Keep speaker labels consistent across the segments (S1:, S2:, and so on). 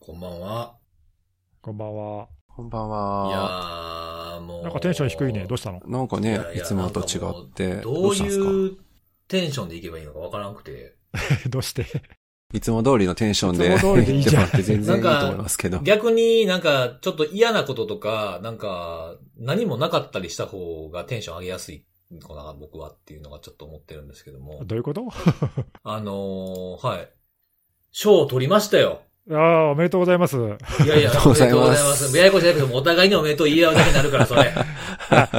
S1: こんばんは。
S2: こんばんは。
S3: こんばん
S1: い
S3: は。
S1: やー、もう。
S2: なんかテンション低いね。どうしたの
S3: なんか
S1: い
S3: ね
S1: や、い
S3: い
S1: や
S3: つもと違って、
S1: ど
S3: ど
S1: う
S3: うしたんですか
S1: いうテンションでいけばいいのかわからなくて。
S2: どうして
S3: いつも通りのテンションで
S2: いつも通りでいい じゃん
S3: 言ってもらって全然いいと思いますけど。
S1: 逆になんか、ちょっと嫌なこととか、なんか、何もなかったりした方がテンション上げやすいのかな、僕はっていうのがちょっと思ってるんですけども。
S2: どういうこと
S1: あのー、はい。賞を取りました よ。
S2: ああ、おめでとうございます。
S1: いやいや、
S3: ありがとうござい
S1: おめで
S3: ます
S1: とうございややこしいやけど、お互いにおめでとう言い合うだけになるから、それ。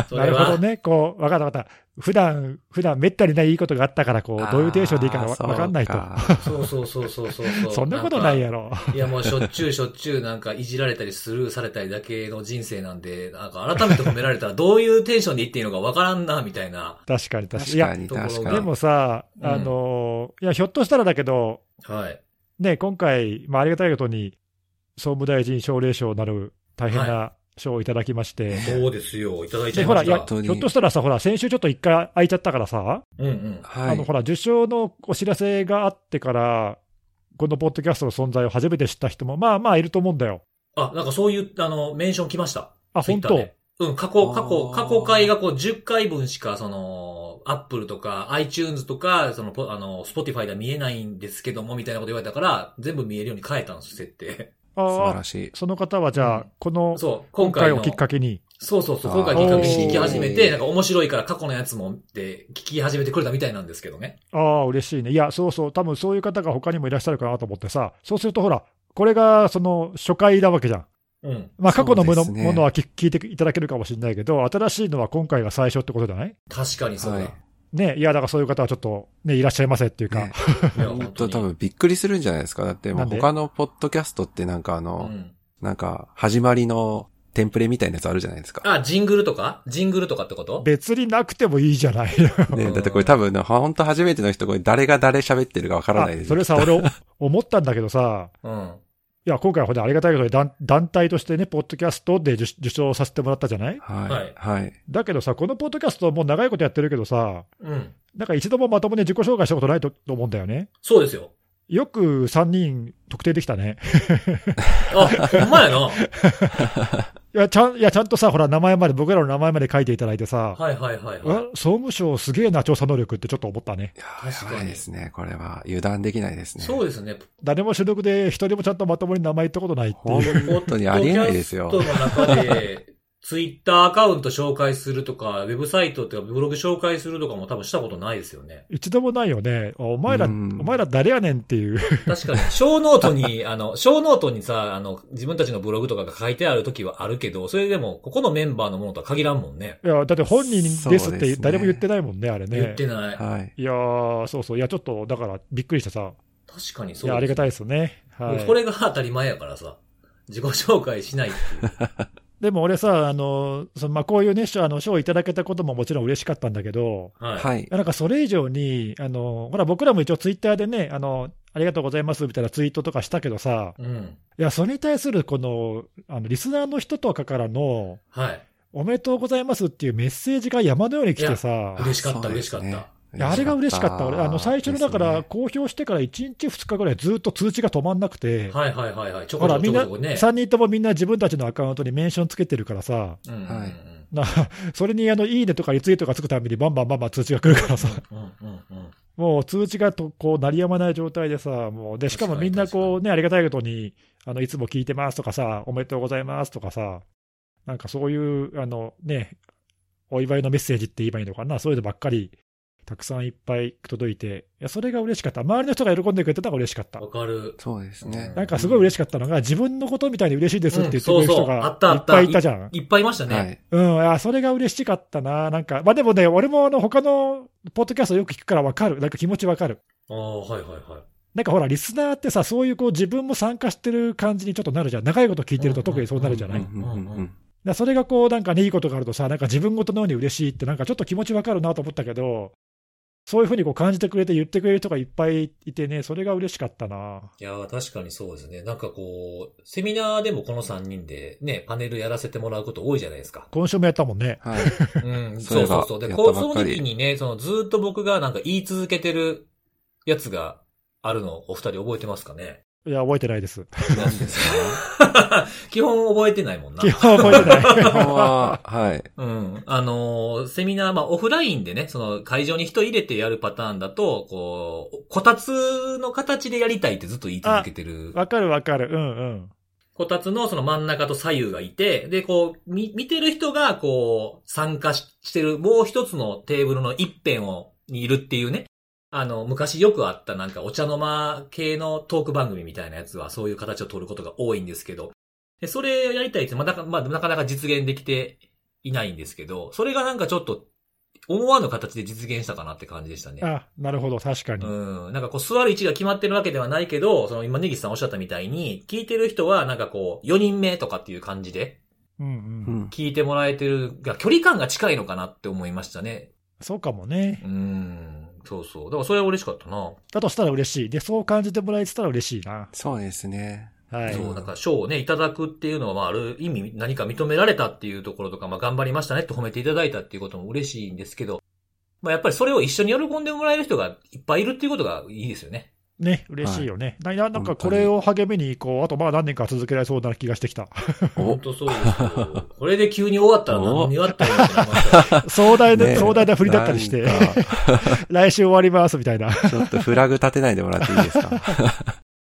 S1: そ
S2: な
S1: れ
S2: るほど
S1: は。
S2: ね。こう、わかったわかった。普段、普段めったにないいいことがあったから、こう、どういうテンションでいいかわ
S3: あーそう
S2: わかんないと。
S3: か
S1: そうそうそうそうそうう。
S2: そんなことないやろ。
S1: いやもうしょっちゅうしょっちゅうなんかいじられたりスルーされたりだけの人生なんで、なんか改めて褒められたらどういうテンションでいっていいのかわからんな、みたいな。
S2: 確かに確かに。い
S3: 確か
S2: や、
S3: に、
S1: いや
S3: 確かに。
S2: でもさ、
S1: うん
S2: あのー、いや、ひょっとしたらだけど、
S1: はい。
S2: ね、今回、まあ、ありがたいことに、総務大臣奨励賞なる大変な賞をいただきまして、
S1: そうですよ。いただいちゃ
S2: で、
S1: い
S2: ほ
S1: ま
S2: ら、
S1: し
S2: い
S1: た。
S2: や、
S3: 本
S2: ひ
S3: 当に
S2: ょっとしたらさ、ほら、先週ちょっと一回空いちゃったからさ、
S1: うんうん。
S3: は
S2: あの、
S3: い
S2: ほ。ら、受賞のお知らせがあってから、このポッドキャストの存在を初めて知った人も、まあまあいると思うんだよ。
S1: あ、なんかそういう、あの、メンション来ました。
S2: あ、本当
S1: Twitter でうん、過去、過去、
S3: あー
S1: 過去回がこう10回分しか、その、Apple とか iTunes とか、その、ポあの、Spotify では見えないんですけども、みたいなこと言われたから、全部見えるように変えたんです、設定。
S3: 素晴
S2: ああ
S3: ら、しい。
S2: その方はじゃ
S1: う
S2: あ、この
S1: そう、今
S2: 今
S1: 回
S2: 回
S1: の。
S2: をきっかけに、
S1: そうそうそう、
S3: あー
S1: 今回企画に聞き始めて、
S3: おー
S1: なんか面白いから過去のやつもって聞き始めてくれたみたいなんですけどね。
S2: ああ、嬉しいね。いや、そうそう、多分そういう方が他にもいらっしゃるかなと思ってさ、そうするとほら、これがその初回なわけじゃん。
S1: うん。
S2: まあ、過去のもの,、
S3: そうですね
S2: ものは聞聞いていただけるかもしれないけど、新しいのは今回が最初ってことじゃない
S1: 確かにそうだ。
S3: はいい
S2: ね、いや、だからそういう方はちょっと、ね、いらっしゃいませっていうか、
S3: ね
S1: や、
S3: 本
S1: 本
S3: 当
S1: 当に。
S3: 多分びっくりするんじゃないですか。だっても
S2: な
S3: うん
S2: で
S3: 他のポッドキャストってなんかあ
S1: う
S3: の、
S1: ん。
S3: なんか始まりのテンプレみたいなやつあるじゃないですか。
S1: あ、ジングルとかジングルとかってこと
S2: 別になくてもいいじゃない。
S3: ねだってこれ多分ね、ほんと初めての人、これ誰が誰喋ってるかわからないで
S2: あ
S3: す
S2: それさ、俺、 思ったんだけどさ、
S1: うん。
S2: いや、今回はほんとありがたいことに団団体としてね、ポッドキャストで受受賞させてもらったじゃない
S3: は
S1: はい
S3: い。はい。
S2: だけどさ、このポッドキャストもう長いことやってるけどさ、
S1: うん。
S2: なんか一度もまともに自己紹介したことないとと思うんだよね。
S1: そうですよ。
S2: よく3人特定できたね。
S1: あ、ほんまやな。はい
S2: や、ちゃん、いや、ちゃんとさ、ほら、名前まで、僕らの名前まで書いていただいてさ、
S1: いはいはいは
S2: うわ
S1: い。
S2: 総務省すげえな調査能力ってちょっと思ったね。
S3: いや
S1: 確か
S3: ー、
S1: に
S3: やばいですね。これは油断できないですね。
S1: そうですね。
S2: 誰も主力で一人もちゃんとまともに名前言ったことないっていう。
S3: 本当にありえないですよ
S1: ポッ。ドキャストの中で、ツイッターアカウント紹介するとか、ウェブサイトとかブログ紹介するとかも多分したことないですよね。
S2: 一度もないよね。お前ら、お
S3: うん
S2: 前ら誰やねんっていう。
S1: 確かに、小ノートに、 あの、小ノートにさ、あの、自分たちのブログとかが書いてある時はあるけど、それでも、ここのメンバーのものとは限らんもんね。
S2: いや、だって本人で
S3: そ
S2: す
S3: う
S2: っ
S3: ですね
S2: て誰も言ってないもんね、あれね。
S1: 言ってない。
S3: はい。
S2: いやー、そうそう。いや、ちょっと、だから、びっくりしてさ。
S1: 確かに
S2: い
S1: そう。
S2: や、ありがたいですね。は
S1: こ
S2: い。
S1: れが当たり前やからさ、自己紹介しないっていう。
S2: でも俺さ、あの、そのまあ、こういうね、賞あの賞をいただけたことももちろん嬉しかったんだけど、
S1: はい。
S3: はい
S2: い。やなんかそれ以上に、あの、ほら、僕らも一応ツイッターでね、あの、ありがとうございますみたいなツイートとかしたけどさ、
S1: うん。
S2: いや、それに対するこの、あの、リスナーの人とかからの、
S1: はい。
S2: おめでとうございますっていうメッセージが山のように来てさ、
S1: 嬉しかった、
S3: そうで
S1: 嬉し
S3: す
S1: か
S3: ね
S1: った。
S2: いやあれが嬉しかった、俺、あの最初のだから、公表してから1日、2日ぐらいずっと通知が止まんなくて、
S1: はいはいはいはい。ちょ
S2: ほ
S1: こち
S2: ら、
S1: ょこ
S2: み
S1: ち
S2: ん
S1: ょこ
S2: な、
S1: ちょこね。
S2: 3人ともみんな自分たちのアカウントにメンションつけてるからさ、
S1: うんうんうん
S3: はい
S2: なそれにあのいいねとかリツイートがつくたびに、バンバンバンバン通知が来るからさ、
S1: うんうんうん
S2: もう通知がとこう鳴りやまない状態でさ、もうでしかもみんなこうね、ありがたいことに、あのいつも聞いてますとかさ、おめでとうございますとかさ、なんかそういう、あのね、お祝いのメッセージって言えばいいのかな、そういうのばっかり、たくさんいっぱい届いて、いやそれが嬉しかった、周りの人が喜んでくれてたのが嬉しかった
S1: わ。かる。
S3: そうですね。
S2: なんかすごい嬉しかったのが、自分のことみたいに嬉しいですって言ってくれる人
S1: うんそうそうあ
S2: が
S1: ったあ
S2: い
S1: っ
S2: ったぱいいたじゃん。
S1: いっぱいいました
S3: は
S1: ね。
S3: い。
S2: うん、あそれが嬉しかったな、なんか、まあでもね、俺もあの他のポッドキャストよく聞くから分かる、なんか気持ち分かる。
S1: ああ、はいはいはい。
S2: なんかほら、リスナーってさ、そういうこう自分も参加してる感じにちょっとなるじゃん、長いこと聞いてると特にそうなるじゃ
S3: う
S2: ない、だか
S3: んうんうんうん
S2: らそれがこう、なんかね、いいことがあるとさ、なんか自分ごとのように嬉しいって、なんかちょっと気持ちわかるなと思ったけど、そういうふうにこう感じてくれて、言ってくれる人がいっぱいいてね、それが嬉しかったな。。
S1: いやー確かにそうですね。なんかこう、セミナーでもこの3人でね、パネルやらせてもらうこと多いじゃないですか
S2: 今週もやったもんね。
S3: はい。
S1: うん、
S3: そう
S1: そう
S3: いえ
S1: そ
S3: ば
S1: うそう。で、
S3: やっ
S1: こ
S3: た
S1: う、そ
S3: ば
S1: の
S3: っかり
S1: 時にね、そのずーっと僕がなんか言い続けてるやつがあるのをお二人覚えてますかね
S2: いや、覚えてないです。
S3: 何です
S1: 基本覚えてないもんな
S2: 基。本覚えてない。
S3: か は、はい。
S1: うん。あのーセミナー、まあ、オフラインでね、その会場に人入れてやるパターンだと、こう、こたつの形でやりたいってずっと言い続けてる。
S2: わかるわかる。うんうん。
S1: こたつのその真ん中と左右がいて、で、こう、み、見てる人が、こう、参加ししてる、もう一つのテーブルの一辺を、にいるっていうね。あの、昔よくあったなんかお茶の間系のトーク番組みたいなやつは、そういう形を取ることが多いんですけど、でそれをやりたいって、まあなか、まあ、なかなか実現できていないんですけど、それがなんかちょっと、思わぬ形で実現したかなって感じでしたね。
S2: あ、なるほど。確かに。
S1: うん。なんかこう座る位置が決まってるわけではないけど、その今ネギさんおっしゃったみたいに、聞いてる人はなんかこう、4人目とかっていう感じで、
S2: うん
S3: う
S2: うん。
S3: ん。
S1: 聞いてもらえてるが、距離感が近いのかなって思いましたね。
S2: そうかもね。
S1: うん。そうそう。だからそれは嬉しかったな。
S2: だとしたら嬉しい。で、そう感じてもらえてたら嬉しいな。
S3: そうですね。
S2: はい。
S1: そう、なんか賞をね、いただくっていうのは、まあ、ある意味何か認められたっていうところとか、まあ、頑張りましたねって褒めていただいたっていうことも嬉しいんですけど、まあ、やっぱりそれを一緒に喜んでもらえる人がいっぱいいるっていうことがいいですよね。
S2: ね、嬉しいよね。なななんかこれを励みに、こう、あとまあ何年か続けられそうな気がしてきた。
S1: 本
S3: お、
S1: 当そうですよ。これで急に終わったら何にあったらいいのかなまた
S2: 壮大な、
S3: ねえ
S2: 壮大な振りだったりして、
S3: なんか
S2: 来週終わりますみたいな。
S3: ちょっとフラグ立てないでもらっていいです か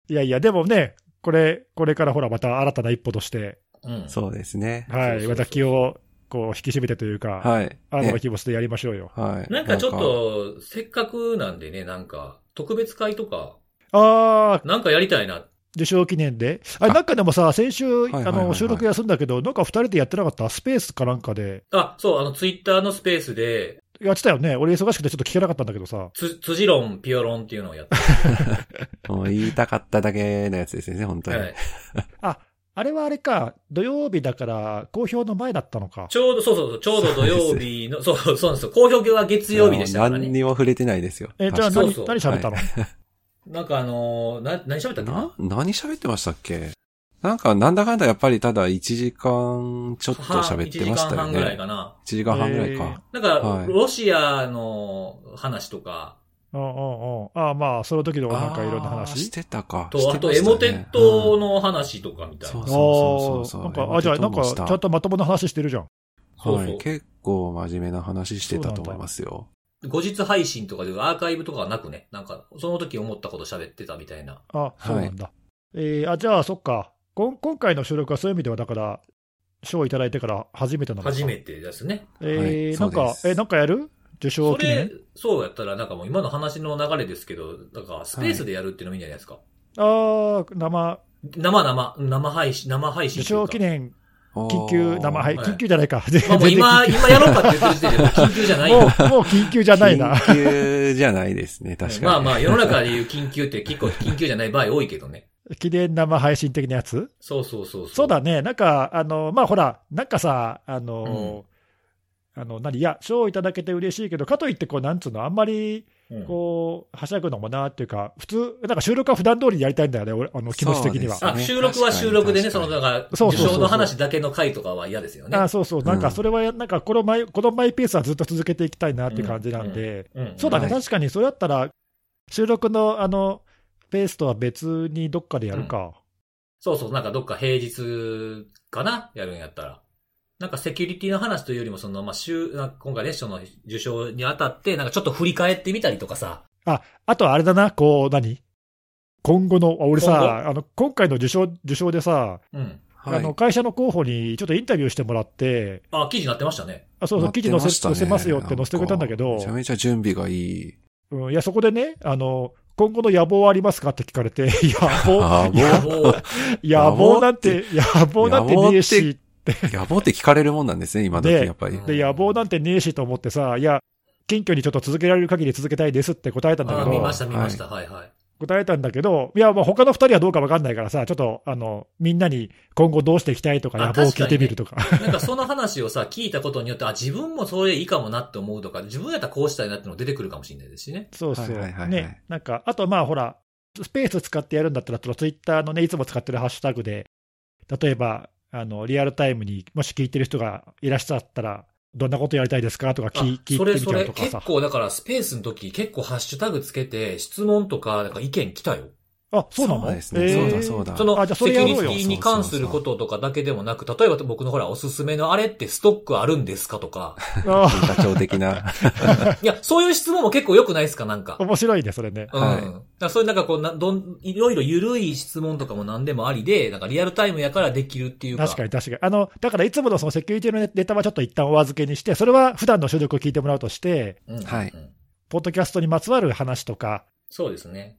S2: いやいや、でもね、これ、これからほら、また新たな一歩として、
S1: うん。
S3: そうですね。
S1: そう
S2: は
S1: そう
S2: い、
S1: そう
S2: 私を、こう、引き締めてというか、
S3: はい。
S2: 新たな
S3: ね
S2: 気持ちでやりましょうよ。
S3: はい。
S1: なんかちょっと、せっかくなんでね、なんか、特別会とか、
S2: あー、
S1: なんかやりたいな。
S2: 受賞記念で。あれ、なんかでもさ、先週、
S3: いはい
S2: あ
S3: はいは
S2: の、
S3: い
S2: 収録休んだけど、なんか二人でやってなかったスペースかなんかで。
S1: あ、そう、あの、ツイッターのスペースで、
S2: やってたよね。俺忙しくてちょっと聞けなかったんだけどさ。
S1: つ、辻論、ピアロンっていうのをやって
S3: なんか。もう言いたかっただけのやつですね、本当
S1: は
S3: に。
S1: い。
S2: あれはあれか、土曜日だから、公表の前だったのか。
S1: ちょうど、そうそうそう、ちょうど土曜日の、そう、そうなんですよ。公表日は月曜日でしたから
S3: 何
S1: ね。
S3: にも触れてないですよ。
S2: えじゃあ
S3: 確か
S1: そう
S2: 何、
S1: そう
S2: 何喋ったの、
S1: なんかあのーな、何喋ったっけ
S3: な、何喋ってましたっけなんか、なんだかんだやっぱりただ1時間ちょっと喋ってました
S1: 1時間
S3: よ
S1: 半ぐらい
S3: ね。
S1: かな。
S3: 1時間半ぐらいか。
S1: なんか、
S3: はい
S1: ロシアの話とか、
S2: うんうんうん。ああ、まあ、その時のなんかいろんな
S3: あーし
S2: 話。
S3: てたか。
S1: と、
S3: してま
S1: あ
S3: した
S1: と
S3: ね
S1: エモテットの話とかみたいな。
S3: うん
S2: あ
S3: そうそう
S2: あ
S3: そうそう
S2: なんか、あ、じゃあ、なんか、ちゃんとまともな話してるじゃん。
S1: そう
S3: は
S1: そ
S3: い。
S1: う
S3: 結構真面目な話してたと思いますよ。
S1: 後日配信とかでアーカイブとかはなくね、なんか、その時思ったこと喋ってたみたいな。
S2: あ、そうなんだ。えーあ、じゃあ、そっか。こん今回の収録はそういう意味では、だから、賞をいただいてから初めてなのか。
S1: 初めてですね。
S2: え
S3: はい
S2: ー、なん
S3: そう
S2: か
S3: で、す
S2: え、なんかやる受賞
S1: そ
S2: 記
S1: れ
S2: 念、
S1: そうやったら、なんかもう今の話の流れですけど、なんか、スペースでやるっていうのもいいんじゃないですか。
S2: ああ、生、
S1: 生生、生配信、生配信
S2: 受
S1: という
S2: 賞
S1: か。
S2: 記念、
S3: おー
S2: 緊急生配、
S1: はい
S2: 緊急じゃないか。全
S1: まあもう
S2: 然
S1: 今、今やろうかって言ってる時点でもう緊急じゃない
S2: もう、
S1: よ
S2: も。う緊急じゃない な。
S3: 緊急じゃないですね、確かに。
S1: まあまあ、世の中で言う緊急って結構緊急じゃない場合多いけどね。
S2: 記念生配信的なやつ
S1: そうそうそう。
S2: そうだね、なんか、あのまあ、ほら、なんかさ、あの、あの何いや、賞をいただけて嬉しいけど、かといってこう、なんつうの、あんまり
S1: うん。
S2: こうはしゃぐのもなっていうか、普通、なんか収録は普段通りにやりたいんだよね、俺あの気持ち的には。
S3: そう
S1: あ、収録は収録でね、そ
S3: 確
S1: の、
S3: かに
S1: だから、
S2: そう
S1: 受
S2: そうそう
S1: 賞の話だけの回とかは嫌ですよね。
S2: あそうそう、なんかそれは、なんかこのマイ、このマイペースはずっと続けていきたいなっていう感じなんで、
S1: うん
S2: そうだね、
S3: はい
S2: 確かにそれだったら、収録のあのペースとは別にどっかでやるか。
S1: そうそう、なんかどっか平日かなやるんやったら。なんかセキュリティの話というよりも、その、まあ、週、なんか今回ね、その、受賞にあたって、なんかちょっと振り返ってみたりとかさ。
S2: あとはあれだな、こう、何今後の、あ俺
S1: 今
S2: さ、あの今回の受賞受賞でさ、
S1: うん。
S3: はい
S2: あの会社の候補にちょっとインタビューしてもらって、
S1: あ、記事になってましたね。
S2: あそうそう、記事載せ載せますよって載せてくれたんだけど
S3: めち、ゃめちゃ準備がいい。
S2: うん、いや、そこでね、あの、今後の野望はありますかって聞かれて、 野 望、
S3: 野望
S1: もう、
S2: 野望なんて、野望なんてねえし、
S3: 野望って聞かれるもんなんですね、今時
S2: ね
S3: やっぱり。
S1: 望
S2: で、野望なんてねえしと思ってさ、いや、謙虚にちょっと続けられる限り続けたいですって答えたんだ
S1: あ、
S2: け
S1: 見
S2: ど
S1: まし、た見ました。はいはい。
S2: 答えたんだけど、いや、まあ他の二人はどうかわかんないからさ、ちょっと、あの、みんなに今後どうしていきたいとか
S1: あ
S2: 野望を聞いてみるとか。
S1: なんかその話をさ、聞いたことによって、あ、自分もそれいいかもなって思うとか、自分やったらこうしたいなってのも出てくるかもしれないですしね。
S2: そうそう。
S3: はいはいはいはい
S2: ね。なんか、あとまあほら、スペース使ってやるんだったら、ツイッターのね、いつも使ってるハッシュタグで、例えば、あの、リアルタイムにもし聞いてる人がいらっしゃったら、どんなことやりたいですかとか
S1: あ
S2: 聞い聞い
S1: そ
S2: て
S1: れ
S2: み
S1: そ
S2: ちゃう
S1: れ、
S2: とか
S1: 結
S2: さ。
S1: 構だからスペースの時、結構ハッシュタグつけて、質問とか、なんか意見来たよ。
S2: あ、そうなの
S3: そうですね。
S2: え
S3: そ
S2: ー
S3: うだそうだ。
S1: その
S2: あじゃあそ
S1: セ
S2: れ
S1: キ
S2: や
S1: ュ
S2: ろう
S1: リ
S2: よ
S1: ティに関することとかだけでもなく、例えば僕のほらおすすめのあれってストックあるんですかと か、
S2: あ
S3: 文化庁的な。
S1: いや、そういう質問も結構良くないですかなんか
S2: ー。面白いね、それね。
S1: うん。
S3: はい
S1: だからそういうなんかこうな、どん、いろいろ緩い質問とかも何でもありで、なんかリアルタイムやからできるっていうか。
S2: 確かに確かに。あの、だからいつものそのセキュリティのネタはちょっと一旦お預けにして、それは普段の収録を聞いてもらうとして、
S1: に。うん、
S3: はい
S1: うん
S2: ポッドキャストにまつわる話とか、
S1: そうですね。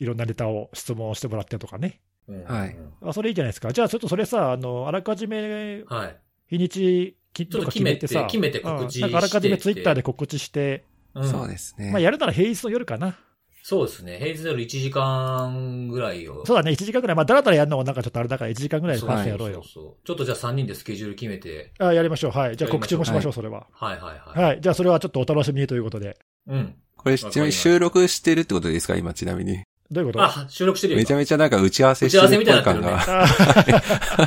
S2: いろんなネタを質問してもらってとかね。
S1: うん
S3: はい
S2: あ、それいいじゃないですか。じゃあちょっとそれさ、あの、あらかじめ
S1: はい。
S2: 日にち、き
S1: ちょっと
S2: とか決めてさ、
S1: 決めて決めて告知
S2: うんなんかあらかじめ
S1: して
S2: ツ
S1: っ
S2: イ
S1: て
S2: ッターで告知して、
S1: うん
S3: そうですね。
S2: まあやるなら平日の夜かな。
S1: そうですね。平日の夜1時間ぐらいを。
S2: そうだね、1時間ぐらい。まあ、だらだらやるのもなんかちょっとあれだから、1時間ぐらいでパッとやろうよ
S1: そ。そうそうちょっとじゃあ3人でスケジュール決めて。
S2: あやりましょう。はい。じゃあ告知もしましょう、それは。
S1: はいはいはい。
S2: はい。じゃあ、それはちょっとお楽しみにということで。
S1: うん。
S3: これ、ちなみに収録してるってことですか今、ちなみに。
S2: どういうこと
S1: あ、収録してるよ。
S3: めちゃめちゃなんか打ち合わせしてるっぽい感
S1: 打ち合わ
S3: が。
S2: あ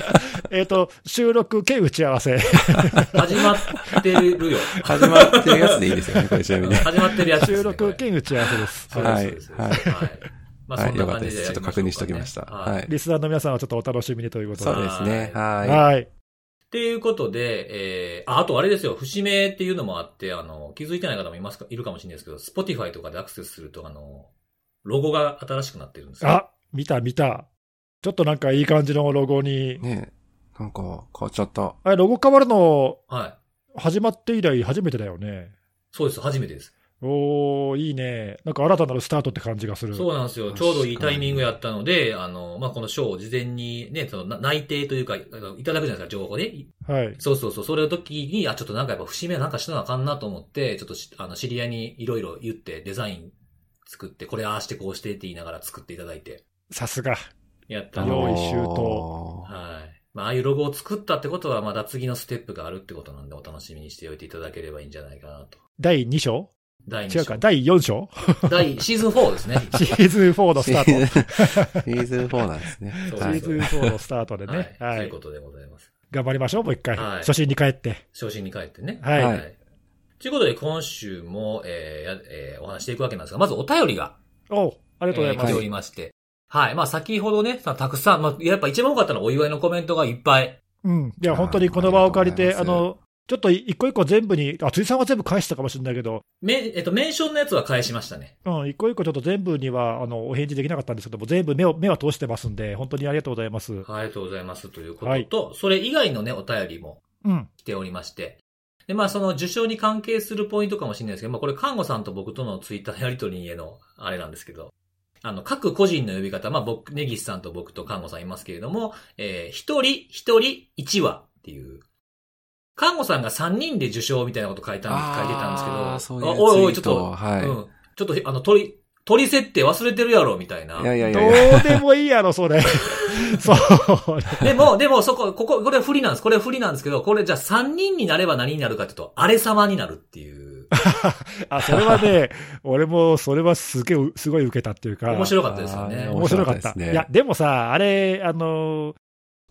S2: えっと、収録兼打ち合わせ。
S1: 始まってるよ。
S3: 始まってるやつでいいで すよね、これちなみに。は
S1: 始まってるやつです、ね。
S2: 収録
S1: これ
S2: 兼打ち合わせです。
S1: そう
S2: はい
S1: ですそうです
S3: はい
S1: はい。まあ、そ
S3: い、
S1: ん
S3: よ
S1: な
S3: かっ
S1: 感
S3: たで。
S1: じですや
S3: ち
S1: りましょ
S3: ょっと
S1: うかね
S3: 確認しておきました。
S1: は。
S3: はいい。
S2: リスナーの皆さんはちょっとお楽しみにということで。
S3: そうですね。は
S2: はい。
S1: っていうことで、えー、あ、あとあれですよ、節目っていうのもあって、あの、気づいてない方もいますか、いるかもしれないですけど、Spotify とかでアクセスすると、あの、ロゴが新しくなってるんですよ。
S2: あ、見た見た。ちょっとなんかいい感じのロゴに
S3: い。。ねえなんか、変わっちゃった。
S2: あれ、ロゴ変わるの、
S1: はい。
S2: 始まって以来初めてだよね。
S1: そうです、初めてです。
S2: おー、いいね。なんか新たなるスタートって感じがする。
S1: そうなんですよ。
S3: 確
S1: ち
S3: かに
S1: ょうどいいタイミングやったので、あの、まあ、この賞を事前にね、その、な内定というか、あのいただくじゃないですか、情報で。
S2: はい。
S1: そうそうそう。それの時に、あ、ちょっとなんかやっぱ節目なんかしなあかんなと思って、ちょっとしあの、知り合いにいろいろ言って、デザイン作って、これああしてこうしてって言いながら作っていただいて、
S2: さすが。
S1: やった
S3: あ
S1: の。
S3: のー
S2: 用意周到
S1: はい。まあ、ああいうロゴを作ったってことは、まだ次のステップがあるってことなんで、お楽しみにしておいていただければいいんじゃないかなと。
S2: 第2章
S1: 第
S2: 違
S1: 2
S2: う
S1: 章
S2: か、。第4章
S1: 第、シーズン4ですね。
S2: シーズン4のスタート。シ
S3: シーズン4なんですね。
S1: そう
S3: は
S1: で
S3: い
S1: す。
S2: ーズン4のスタートで
S1: はい
S2: ね。。は
S1: という
S2: い
S1: こ。とでございます。
S2: 頑張りましょう、もう一回。
S1: はい
S2: 初心に帰って。
S1: 昇進に帰ってね。
S2: はい
S1: ということで、今週も、えーやえーお話ししていくわけなんですが、まずお便りが
S2: おうありがとうござい
S1: えー
S2: ま
S1: 来
S2: す。
S1: ておりまして。はい。まあ、先ほどね、さたくさん、まあ、やっぱ一番多かったのはお祝いのコメントがいっぱい。
S2: うん。いや、本当にこの場を借りて、
S3: あーあ
S2: あ
S3: りがとう
S2: の、ちょっと一個一個全部に、あ、辻さんは全部返したかもしれないけど、
S1: め、えっと、メンションのやつは返しましたね。
S2: うん、一個一個ちょっと全部には、あの、お返事できなかったんですけども、全部目を、目は通してますんで、本当にありがとうございます。
S1: はいありがとうございます。ということと、それ以外のね、お便りも
S2: うん。
S1: 来ておりまして。で、まあ、その受賞に関係するポイントかもしれないですけど、まあ、これ、看護さんと僕とのツイッターのやりとりへの、あれなんですけど、あの、各個人の呼び方、まあ、僕、ネギスさんと僕と看護さんいますけれども、えー一人、一人、一話っていう、看護さんが三人で受賞みたいなこと書いたん書いてたんですけど、
S3: あーそういう
S1: あおいおい、
S3: ツ
S1: ち
S3: イ
S1: ょっ
S3: ート
S1: と、
S3: をはい。
S1: うん、ちょっと、あの、鳥、鳥設定忘れてるやろ、みたいな。
S3: いやいやい
S2: ど
S3: やいや。
S2: うでもいいやろ、そ れ。そう。
S1: でも、でも、そこ、ここ、これ不利なんです。これ不利なんですけど、これじゃあ3人になれば何になるかっていうと、あれ様になるっていう。
S2: あ、それはね、俺も、それはすげえ、すごい受けたっていうか。
S1: 面白かったですよ
S3: あ
S1: ね
S3: ー。
S2: 面白かった。
S3: 面白かったですね
S2: いや、でもさ、あれ、あの、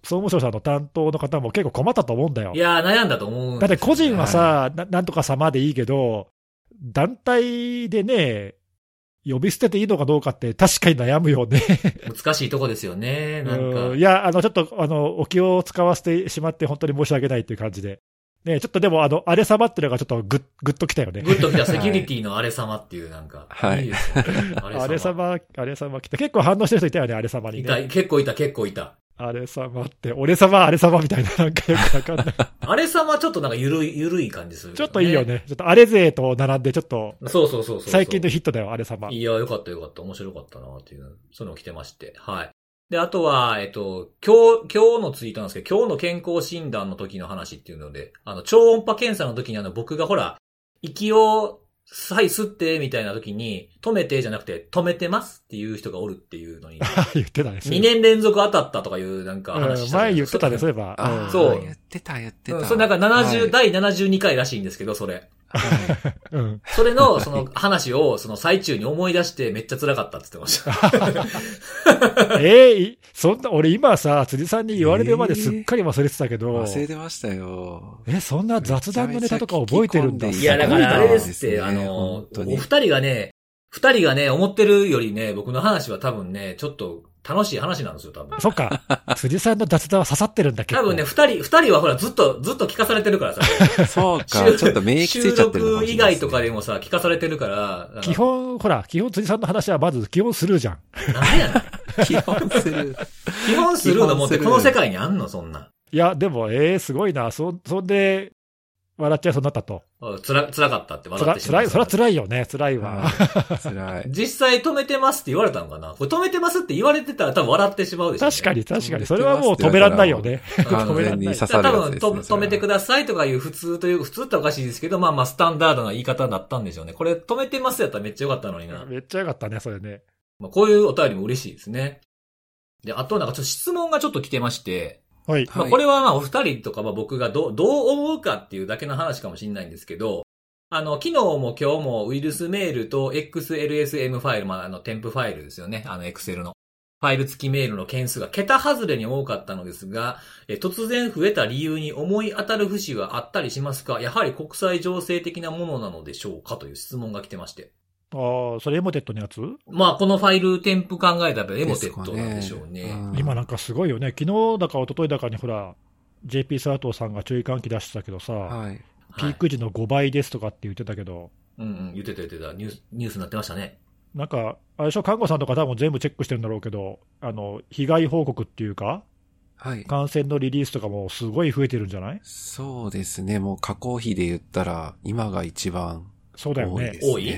S2: 総務省さんの担当の方も結構困ったと思うんだよ
S1: い。やー、悩んだと思うん
S2: だ
S1: で
S2: っ
S1: すよ
S2: て個人はさ、ななんとか様でいいけど、団体でね、呼び捨てていいのかどうかって、確かに悩むよね。
S1: 難しいとこですよね。なんか。
S2: うんいや、あのちょっとあのお気を使わせてしまって、本当に申し訳ないっていう感じで、ね、ちょっとでも、あのあれ様っていうのがちょっとぐっぐっときたよね。
S1: グッときたセキュリティのあれ様っていう、なんか。
S3: はい
S1: いですよね
S2: あ
S1: あ
S2: れ
S1: れ様。
S2: 様、あれ様来た。結構反応してる人いたよね、あれ様に
S1: いた、
S2: ね。
S1: 結構いた、結構いた。
S2: あれ様って、俺様、あれ様みたいな、なんかよくわかん ない。
S1: あれ様ちょっとなんかゆるい、ゆるい感じする、
S2: ちょっといいよ。ね。ちょっとあれ勢と並んで、ちょっと
S1: そうそうそうそう。
S2: 最近のヒットだよ、あれ様。
S1: いや、よかったよかった。面白かったなっていう、そういうの来てまして。はい。で、あとは、えっと、今日、今日のツイートなんですけど、今日の健康診断の時の話っていうので、あの、超音波検査の時にあの、僕がほら、息を、はい、吸って、みたいな時に、止めてじゃなくて、止めてますっていう人がおるっていう のに、
S2: 言ってたね。
S1: 2年連続当たったとかいうなんか話
S2: うん
S1: した
S2: 前言ってたね、そう
S1: れ。
S2: いえば。
S3: あー
S1: そう
S3: 言ってた、言って
S1: うん、
S3: た。
S1: それなんか70、
S3: はい
S1: 第72回らしいんですけど、それ。
S3: はい
S2: うんうん。
S1: それの、その話を、その最中に思い出して、めっちゃ辛かったって言ってました。
S2: ええいそんな、俺今さ、辻さんに言われるまですっかり忘れてたけど、
S3: 忘れてました よ。
S2: え、そんな雑談のネタとか覚えてるんだ。
S3: めちゃめ
S1: いや、
S3: ちゃ聞
S1: だ
S3: き込ん
S1: か
S3: で
S1: らあれですっ
S3: すごい
S1: て、
S3: な
S1: あの、
S3: 本
S1: お
S3: 当に
S1: 二人がね、二人がね、思ってるよりね、僕の話は多分ね、ちょっと楽しい話なんですよ、多分。
S2: そっか。辻さんの雑談は刺さってるんだけど。
S1: 多分ね、二人、二人はほら、ずっと、ずっと聞かされてるからさ。
S3: そうか、ちょっと免疫ついちゃってる
S1: 収
S3: のかも
S1: 録
S3: し
S1: 以
S3: れない
S1: 外
S3: です
S1: と
S3: ね
S1: か でもさ、聞かされてるから、あの
S2: 基本、ほら、基本辻さんの話はまず基本スルーじゃん。
S1: なんやねん。
S3: 基本する。
S1: 基本するのもって、
S3: 基本する
S1: この世界にあんの、そんなん。
S2: いや、でも、えー、すごいな。そ、そんで、笑っちゃいそうになったと。
S1: あつら、辛かったって
S2: つ
S1: 笑っ
S2: ら、
S1: てし
S2: つ
S1: ま
S2: ら
S1: う
S2: い、そら辛いよね。辛いわ。
S3: 辛い。
S1: 実際止めてますって言われたのかなこれ止めてますって言われてたら多分笑ってしまうでしょ、ね。
S2: 確かに、確か
S3: 止めてま
S2: に。
S3: す
S2: それはもう止めらんないよね。
S1: うん。
S3: 完全に刺
S1: じゃ
S3: さ
S1: あ
S3: る
S1: 多
S3: やつ
S1: 分
S3: ですね
S1: と、止めてく
S3: だ
S1: ださいとかいう普通という、普通っておかしいですけど、まあまあスタンダードな言い方だったんでしょうね。これ止めてますやったらめっちゃよかったのにな。
S2: めっちゃよかったね、それね。
S1: まあこういうお便りも嬉しいですね。で、あとなんかちょっと質問がちょっと来てまして、
S2: はい。
S1: まあこれはまあお二人とかまあ僕がどう、どう思うかっていうだけの話かもしれないんですけど、あの、昨日も今日もウイルスメールと XLSM ファイル、まああの、添付ファイルですよね。あの、Excel の。ファイル付きメールの件数が桁外れに多かったのですが、え突然増えた理由に思い当たる節はあったりしますかやはり国際情勢的なものなのでしょうかという質問が来てまして。
S2: ああ、それエモテットのやつ、
S1: まあ、このファイル添付考えたらエモテットなんでしょうね。
S2: 今なんかすごいよね。昨日だか一昨日だかにほら、JP 佐藤さんが注意喚起出してたけどさ、
S3: はい。
S2: ピーク時の5倍ですとかって言ってたけど、
S1: はい。うんうん、言ってた言ってた。ニュース、ニュースになってましたね。
S2: なんか、あれでしょ、看護さんとか多分全部チェックしてるんだろうけど、あの、被害報告っていうか、
S3: はい。
S2: 感染のリリースとかもすごい増えてるんじゃない
S3: そうですね。もう加工費で言ったら、今が一番
S2: そうだよ
S3: 多い
S2: ね
S3: で。すね。
S1: 多い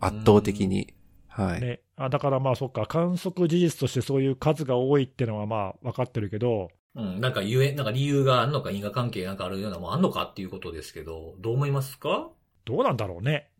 S3: 圧倒的に。はい。
S2: ねあだからまあそっか、観測事実としてそういう数が多いってのはまあ分かってるけど、
S1: うん、なんかゆえ、なんか理由があんのか、因果関係なんかあるようなもんあんのかっていうことですけど、どう思いますか
S2: どうなんだろうね。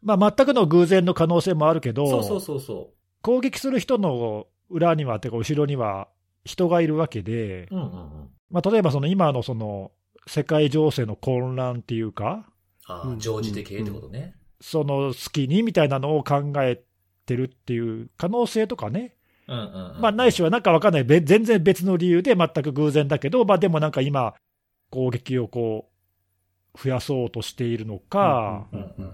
S2: まあ全くの偶然の可能性もあるけど、
S1: そうそうそうそ
S2: 攻撃する人の裏には、てか後ろには人がいるわけで
S1: う。、うんうんうん。
S2: まあ、例えばその今のその世界情勢の混乱っていうか、
S1: あ
S3: う
S1: あ、
S3: ん
S1: 常時的ってことね。
S2: その隙にみたいなのを考えてるっていう可能性とかね、
S1: うんうん、うん。
S2: まあ、ないしはなんか分かんない、べ全然別の理由で全く偶然だけど、まあ、でもなんか今、攻撃をこう増やそうとしているのか、
S1: うんうんうんうん。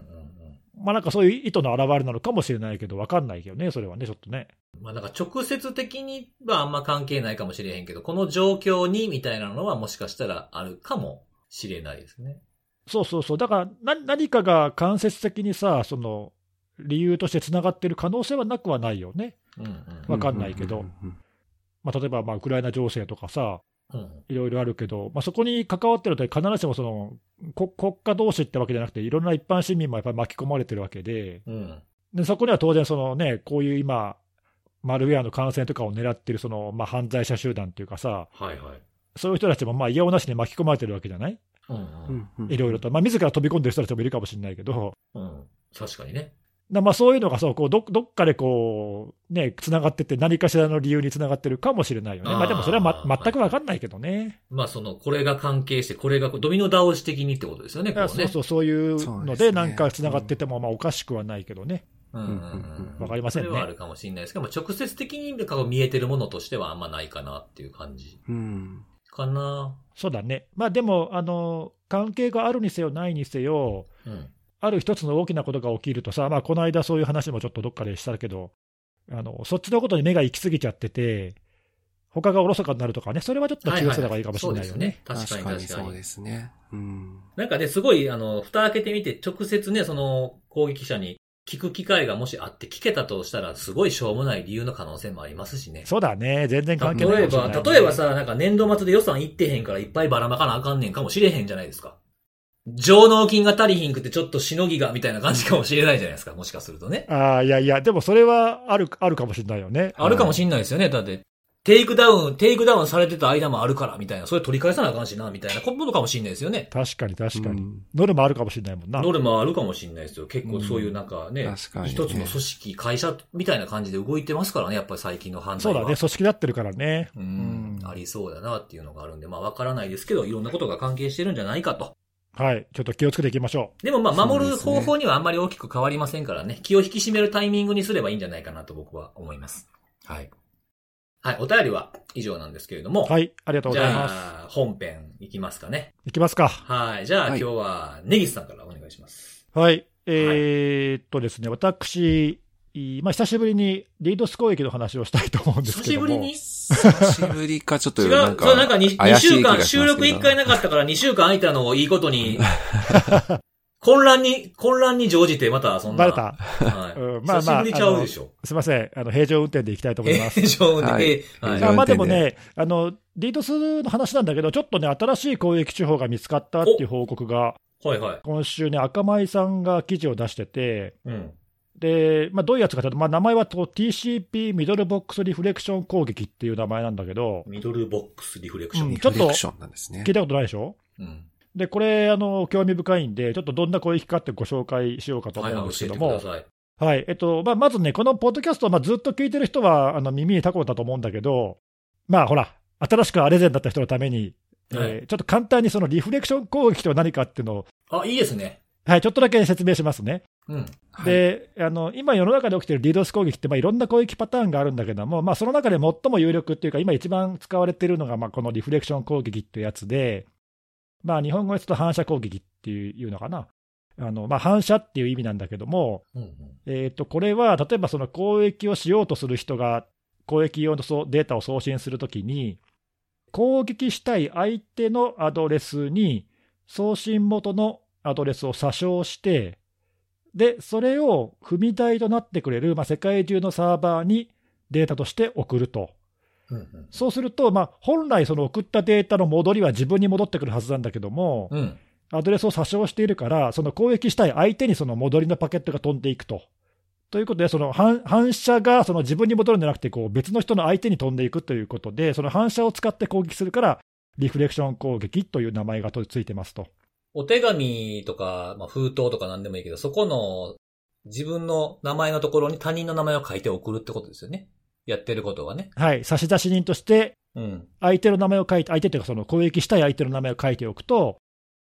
S2: まあ、なんかそういう意図の表れなのかもしれないけど、分かんないけどね、それはね、ちょっとね。
S1: まあなんか直接的にはあんま関係ないかもしれへんけど、この状況にみたいなのはもしかしたらあるかもしれないですね。
S2: そうそうそう、だからな何かが間接的にさ、その理由としてつながってる可能性はなくはないよね、
S1: うんうん。
S2: わかんないけど
S3: うんうん
S2: まあ、例えばまあウクライナ情勢とかさ、
S1: うん
S2: いろいろあるけど、まあ、そこに関わってると、必ずしもそのこ国家同士ってわけじゃなくて、いろんな一般市民もやっぱり巻き込まれてるわけで、
S1: うん。うん。
S2: でそこには当然その、ね、こういう今、マルウェアの感染とかを狙ってるその、まあ、犯罪者集団っていうかさ、
S1: はいはい。
S2: そういう人たちもまあいやおなしに巻き込まれてるわけじゃない
S1: うん
S3: う
S1: うん
S3: んうん
S2: いろいろと、まあ自ら飛び込んでる人たちもいるかもしれないけど。
S1: うん。確かにね。
S2: なまあ、そういうのがそうこうどどっかでこう、ね、つながってて、何かしらの理由につながってるかもしれないよね、
S1: あー
S2: まあ、でもそれは、ま、全く分かんないけどね、
S1: まあその、これが関係して、これがドミノ倒し的にってことですよね、こ
S2: だから
S1: う
S2: そう
S1: ね。
S2: そう、そういう
S3: そう
S2: の
S3: で
S2: で、
S3: すね
S2: なんかつながってても、まあおかしくはないけどね、
S1: うんうんうんうん
S2: わかりませんね
S1: それはあるかもしれないですけど、まあ直接的になんか見えてるものとしてはあんまないかなっていう感じ
S3: うん
S1: かな。
S2: そうだね、まあ、でもあの、関係があるにせよ、ないにせよ、
S1: うん。
S2: ある一つの大きなことが起きるとさ、まあ、この間、そういう話もちょっとどっかでしたけど、あのそっちのことに目が行き過ぎちゃってて、他がおろそかになるとかね、それはちょっと気をつけた方がいいかもしれないよね。
S1: そうですね。確かに確
S3: そ
S1: か
S3: う
S1: に。
S3: ですね。うん。
S1: なんかね、すごい、あの、蓋開けてみて、直接ね、その、攻撃者に聞く機会がもしあって聞けたとしたら、すごいしょうもない理由の可能性もありますしね。
S2: そうだね、全然関係ない
S1: 例え
S2: かもしれ
S1: ば、
S2: ないね
S1: 例えばさ、なんか年度末で予算いってへんからいっぱいばらまかなあかんねんかもしれへんじゃないですか。上納金が足りひんくてちょっとしのぎがみたいな感じかもしれないじゃないですか、もしかするとね。
S2: ああ、いやいや、でもそれはあるあるかもしれないよね。
S1: あるかもしんないですよね。だって、テイクダウン、テイクダウンされてた間もあるから、みたいな。それ取り返さなあかんしな、みたいなことかもしんないですよね。
S2: 確かに確かに。
S3: うん
S2: ノルマあるかもしれないもんな。
S1: ノルマあるかもしんないですよ。結構そういうなんかね、
S3: 確かにね
S1: 一つの組織、会社みたいな感じで動いてますからね、やっぱり最近の犯
S2: そ
S1: 罪
S2: う
S1: は。
S2: だね、組織だってるからね。
S1: うん、
S2: うん
S1: ありそうだなっていうのがあるんで、まあわからないですけど、いろんなことが関係してるんじゃないかと。
S2: はい、ちょっと気をつけていきましょ
S1: でもまあ守
S3: そう
S1: る
S3: ですね
S1: 方法にはあんまり大きく変わりませんからね、気を引き締めるタイミングにすればいいんじゃないかなと僕は思います。はい。はい、お便りは以上なんですけれども。
S2: う。はい、ありがとうご
S1: じ
S2: ざいます。
S1: ゃあ、本編いきますかね。
S2: いきますか。
S1: はい。じゃあ、
S3: はい
S1: 今日は、ネギスさんからお願いします。
S2: はい、えーっとですね、私、いまあ、久しぶりにリードス攻撃の話をしたいと思うんです
S1: 久
S2: け
S1: し
S2: ども。
S1: ぶりに
S3: 久しぶりか、ちょっと
S1: 違う、
S3: な
S1: そ
S3: ん
S1: う
S3: か。
S1: なんか 2,
S3: 怪しい
S1: 週
S3: 気
S1: 間、
S3: がしますけど
S1: 収録1回なかったから2週間空いたのをいいこと に、混乱に、混乱に乗じてまたそんな。
S2: バレた。
S1: はい。
S2: うんまあま
S1: 久しぶ
S2: あ
S1: りちゃうでしょ。
S2: すみません。あの、平常運転でいきたいと思います。
S1: 平常で、
S3: は
S1: はい
S3: い
S1: はい
S3: 平常
S2: まあでも
S3: 運
S2: ね、あの、リードスの話なんだけど、ちょっとね、新しい攻撃手法が見つかったっていう報告が、
S1: はいはい。
S2: 今週ね、赤舞さんが記事を出してて、
S1: うん。
S2: で、まあ、どういうやつかというと、まあ、名前はと TCP ミドルボックスリフレクション攻撃っていう名前なんだけど、
S1: ミドルボックスリフレクション。
S2: うん
S3: リフレクションなんですね
S2: 聞。いたことないでしょ
S1: うん。
S2: で、これ、あの、興味深いんで、ちょっとどんな攻撃かってご紹介しようかと思
S1: はい
S2: うん
S1: はい、
S2: です
S1: 教
S2: け
S1: え
S2: ど
S1: てく
S2: も、
S1: ださい。
S2: はい。えっと、まあ、まずね、このポッドキャスト、まあ、ずっと聞いてる人は、あの、耳にタコだと思うんだけど、まあ、ほら、新しくアレゼンだった人のために、えー
S1: はい
S2: ちょっと簡単にそのリフレクション攻撃とは何かっていうのを、
S1: あ、いいですね。
S2: はい、ちょっとだけ説明しますね。
S1: うん。
S3: はい
S2: で、あの、今世の中で起きてるリードス攻撃って、まあ、いろんな攻撃パターンがあるんだけども、まあ、その中で最も有力っていうか、今一番使われてるのが、まあ、このリフレクション攻撃っていうやつで、まあ、日本語でちょっと反射攻撃っていういうのかな。あの、まあ、反射っていう意味なんだけども、
S1: うんうん。
S2: えー、とこれは例えばその攻撃をしようとする人が攻撃用のそうデータを送信するときに、攻撃したい相手のアドレスに送信元のアドレスを詐称して、でそれを踏み台となってくれる、まあ、世界中のサーバーにデータとして送ると。
S1: うんうん。
S2: そうすると、まあ、本来その送ったデータの戻りは自分に戻ってくるはずなんだけども、
S1: うん。
S2: アドレスを詐称しているから、その攻撃したい相手にその戻りのパケットが飛んでいくと。ということで、その反反射がその自分に戻るんじゃなくてこう、別の人の相手に飛んでいくということで、その反射を使って攻撃するから、リフレクション攻撃という名前がとついてますと。
S1: お手紙とか、まあ、封筒とか何でもいいけど、そこの自分の名前のところに他人の名前を書いて送るってことですよね。やってることはね。
S2: はい、差出人として、
S1: うん。
S2: 相手の名前を書いて、相手というか、その攻撃したい相手の名前を書いておくと、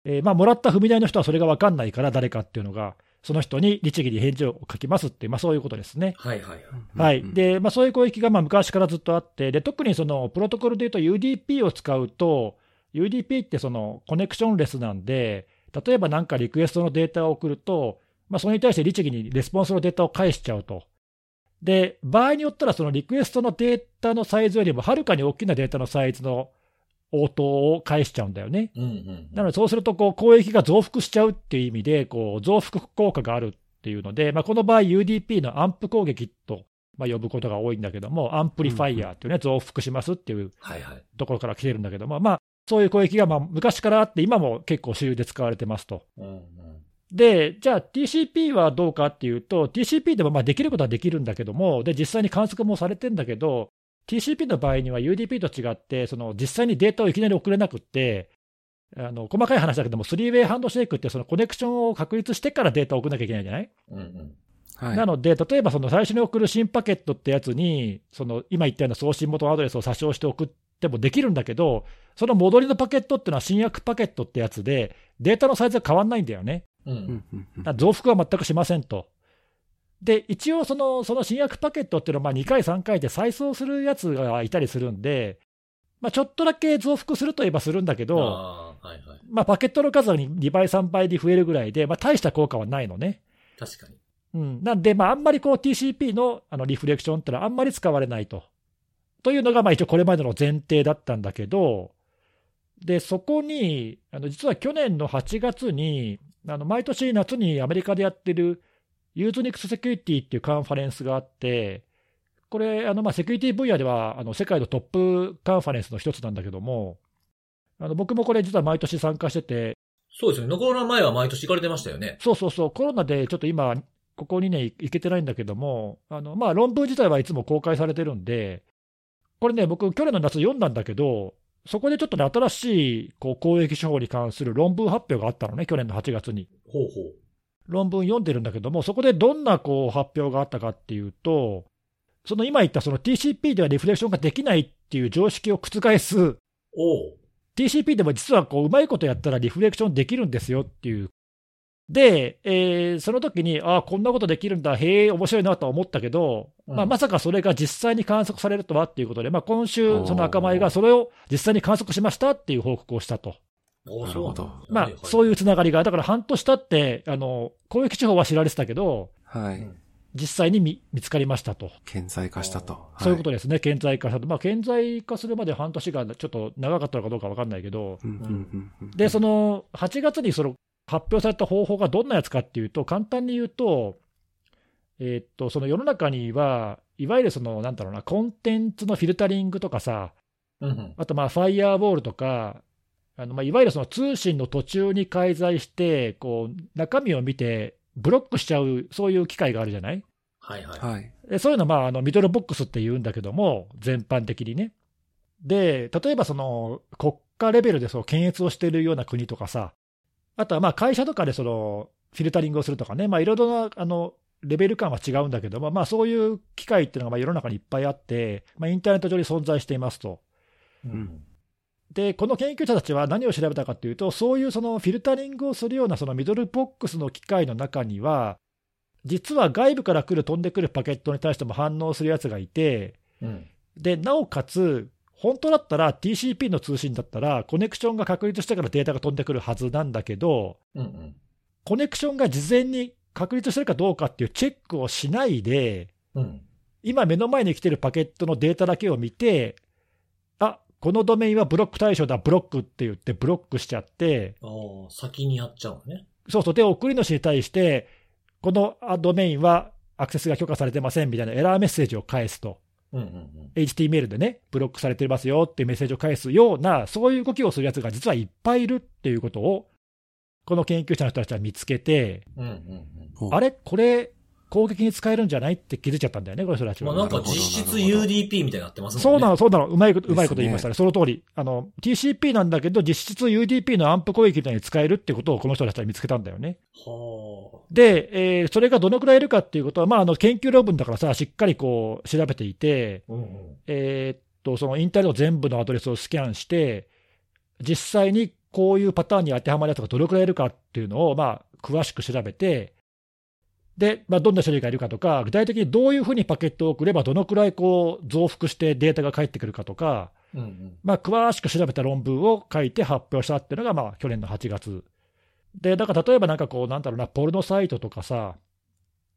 S2: えーまあ、もらった踏み台の人はそれが分かんないから、誰かっていうのが、その人に律儀に返事を書きますっていう、まあ、そういうことですね。
S1: はいはいはい。
S2: はい
S3: うん
S2: でまあ、そういう攻撃がまあ昔からずっとあって、で特にそのプロトコルでいうと UDP を使うと、UDP ってそのコネクションレスなんで、例えばなんかリクエストのデータを送ると、まあ、それに対して律儀にレスポンスのデータを返しちゃうと。で、場合によったら、そのリクエストのデータのサイズよりもはるかに大きなデータのサイズの応答を返しちゃうんだよね。
S1: うんうん。
S2: なので、そうするとこう攻撃が増幅しちゃうっていう意味で、こう増幅効果があるっていうので、まあ、この場合、UDP のアンプ攻撃と、まあ、呼ぶことが多いんだけども、アンプリファイアっていうね、増幅しますっていう
S1: はいはい。
S2: ところから来てるんだけども、まあ、そういう攻撃がまあ昔からあって、今も結構主流で使われてますと。
S1: うんうん。
S2: で、じゃあ TCP はどうかっていうと、TCP でもまあできることはできるんだけども、で、実際に観測もされてんだけど、TCP の場合には UDP と違って、その実際にデータをいきなり送れなくって、あの細かい話だけども、スリーウェイハンドシェイクって、そのコネクションを確立してからデータを送んなきゃいけないじゃない、
S1: うんうん。
S3: はい
S2: なので、例えばその最初に送る新パケットってやつに、その今言ったような送信元アドレスを詐称して送ってもできるんだけど、その戻りのパケットっていうのは新薬パケットってやつで、データのサイズが変わんないんだよね。
S1: うんう。
S3: うんんうんう
S2: だか
S3: ん
S2: ら増幅は全くしませんと。で、一応その、その新薬パケットっていうのはまあ2回、3回で再送するやつがいたりするんで、まあ、ちょっとだけ増幅するといえばするんだけど、
S1: ああ、はいはい。
S2: まあ、パケットの数は2倍、3倍に増えるぐらいで、まあ、大した効果はないのね。
S1: 確かに。
S2: うん、なんで、まあ、あんまりこう TCP のあのリフレクションってのはあんまり使われないと。というのが、まあ、一応これまでの前提だったんだけど、で、そこに、あの実は去年の8月に、あの毎年夏にアメリカでやってるユーズニックスセキュリティっていうカンファレンスがあって、これ、あのまあセキュリティ分野ではあの世界のトップカンファレンスの一つなんだけども、あの僕もこれ実は毎年参加してて、
S1: そうですね。残る前は毎年行かれてましたよね。
S2: そうそうそう、コロナでちょっと今、ここにね、い行けてないんだけども、あのまあ、論文自体はいつも公開されてるんで、これね、僕、去年の夏読んだんだけど、そこでちょっとね、新しいこう公益手法に関する論文発表があったのね、去年の8月に。
S1: ほうほ
S2: 論文読んでるんだけども、そこでどんなこう発表があったかっていうと、その今言ったその TCP ではリフレクションができないっていう常識を覆す、
S1: う。おう。
S2: TCP でも実はこううまいことやったらリフレクションできるんですよっていう。で、えーその時に、ああ、こんなことできるんだ、へえ、面白いなとは思ったけど、
S1: うん
S2: まあ、まさかそれが実際に観測されるとはっていうことで、まあ、今
S3: お
S2: 週、
S3: ー
S2: その赤米がそれを実際に観測しましたっていう報告をしたと、
S1: おう
S3: な
S1: そ
S3: る
S1: う
S3: ほ
S1: なんだ
S3: ど
S2: まあ
S1: は、は
S2: そういうつながりが、だから半年経って、あの攻撃地方は知られてたけど、
S3: はい。
S2: 実際に見見つかりましたと。
S3: 顕在化したと。
S2: そういうこと
S3: で。
S2: ですね、顕在化したと。まあ、顕在化するまで半年がちょっと長かったのかどうかわかんないけど、
S3: うんうんうんうん
S2: で、その、8月にその、発表された方法がどんなやつかっていうと、簡単に言うと、えーっと、その世の中には、いわゆるその、なんだろうな、コンテンツのフィルタリングとかさ、
S1: うんうん。
S2: あとまあ、ファイアーボールとか、あのまあいわゆるその通信の途中に介在して、こう、中身を見て、ブロックしちゃう、そういう機会があるじゃない
S1: はいはい。
S3: はい。
S2: でそういうのまああのミドルボックスって言うんだけども、全般的にね。で、例えばその国家レベルでそう検閲をしているような国とかさ、あとはまあ会社とかでそのフィルタリングをするとかね、まあ、いろいろなあのレベル感は違うんだけども、まあ、そういう機会っていうのがまあ世の中にいっぱいあって、まあ、インターネット上に存在していますと。
S1: うんん。
S2: で、この研究者たちは何を調べたかというと、そういうそのフィルタリングをするようなそのミドルボックスの機械の中には、実は外部から来る飛んでくるパケットに対しても反応するやつがいて、
S1: うん。
S2: で、なおかつ、本当だったら TCP の通信だったら、コネクションが確立してからデータが飛んでくるはずなんだけど、
S1: うんうん。
S2: コネクションが事前に確立してるかどうかっていうチェックをしないで、
S1: うん。
S2: 今目の前に来てるパケットのデータだけを見て、あこのドメインはブロック対象だ、ブロックって言ってブロックしちゃって、
S1: ああ、先にやっちゃうのね。
S2: そうそう、で、送り主に対して、このあドメインはアクセスが許可されてませんみたいなエラーメッセージを返すと、
S1: うんうん
S2: HTML でね、ブロックされてますよっていうメッセージを返すような、そういう動きをするやつが実はいっぱいいるっていうことを、この研究者の人たちは見つけて、
S1: うん。うんうん
S3: お
S2: あれ、これ、攻撃に使えるんじゃないって気づいちゃったんだよね、この人たち
S1: うん。ま
S2: は。
S1: あなんか
S3: なるほど
S1: 実質
S3: なるほど
S1: UDP みたいになってます
S2: そ
S1: も
S2: うん
S1: ね。
S2: なの、そうなの、うまいこと、うまいこと
S3: ですね
S2: 言いましたね、その通り。あの、TCP なんだけど、実質 UDP のアンプ攻撃みたいに使えるってことをこの人たちは見つけたんだよね。
S1: は
S2: で、えーそれがどのくらいいるかっていうことは、まあ、あの、研究論文だからさ、しっかりこう、調べていて、
S1: あ。うんうん。
S2: えーっと、そのインターネット全部のアドレスをスキャンして、実際にこういうパターンに当てはまるやつがどれくらいいるかっていうのを、まあ、詳しく調べて、で、まあ、どんな種類がいるかとか、具体的にどういうふうにパケットを送れば、どのくらいこう、増幅してデータが返ってくるかとか、
S1: うんうん。
S2: まあ、詳しく調べた論文を書いて発表したっていうのが、まあ、去年の8月。で、だから例えばなんかこう、なんだろうな、ポルノサイトとかさ、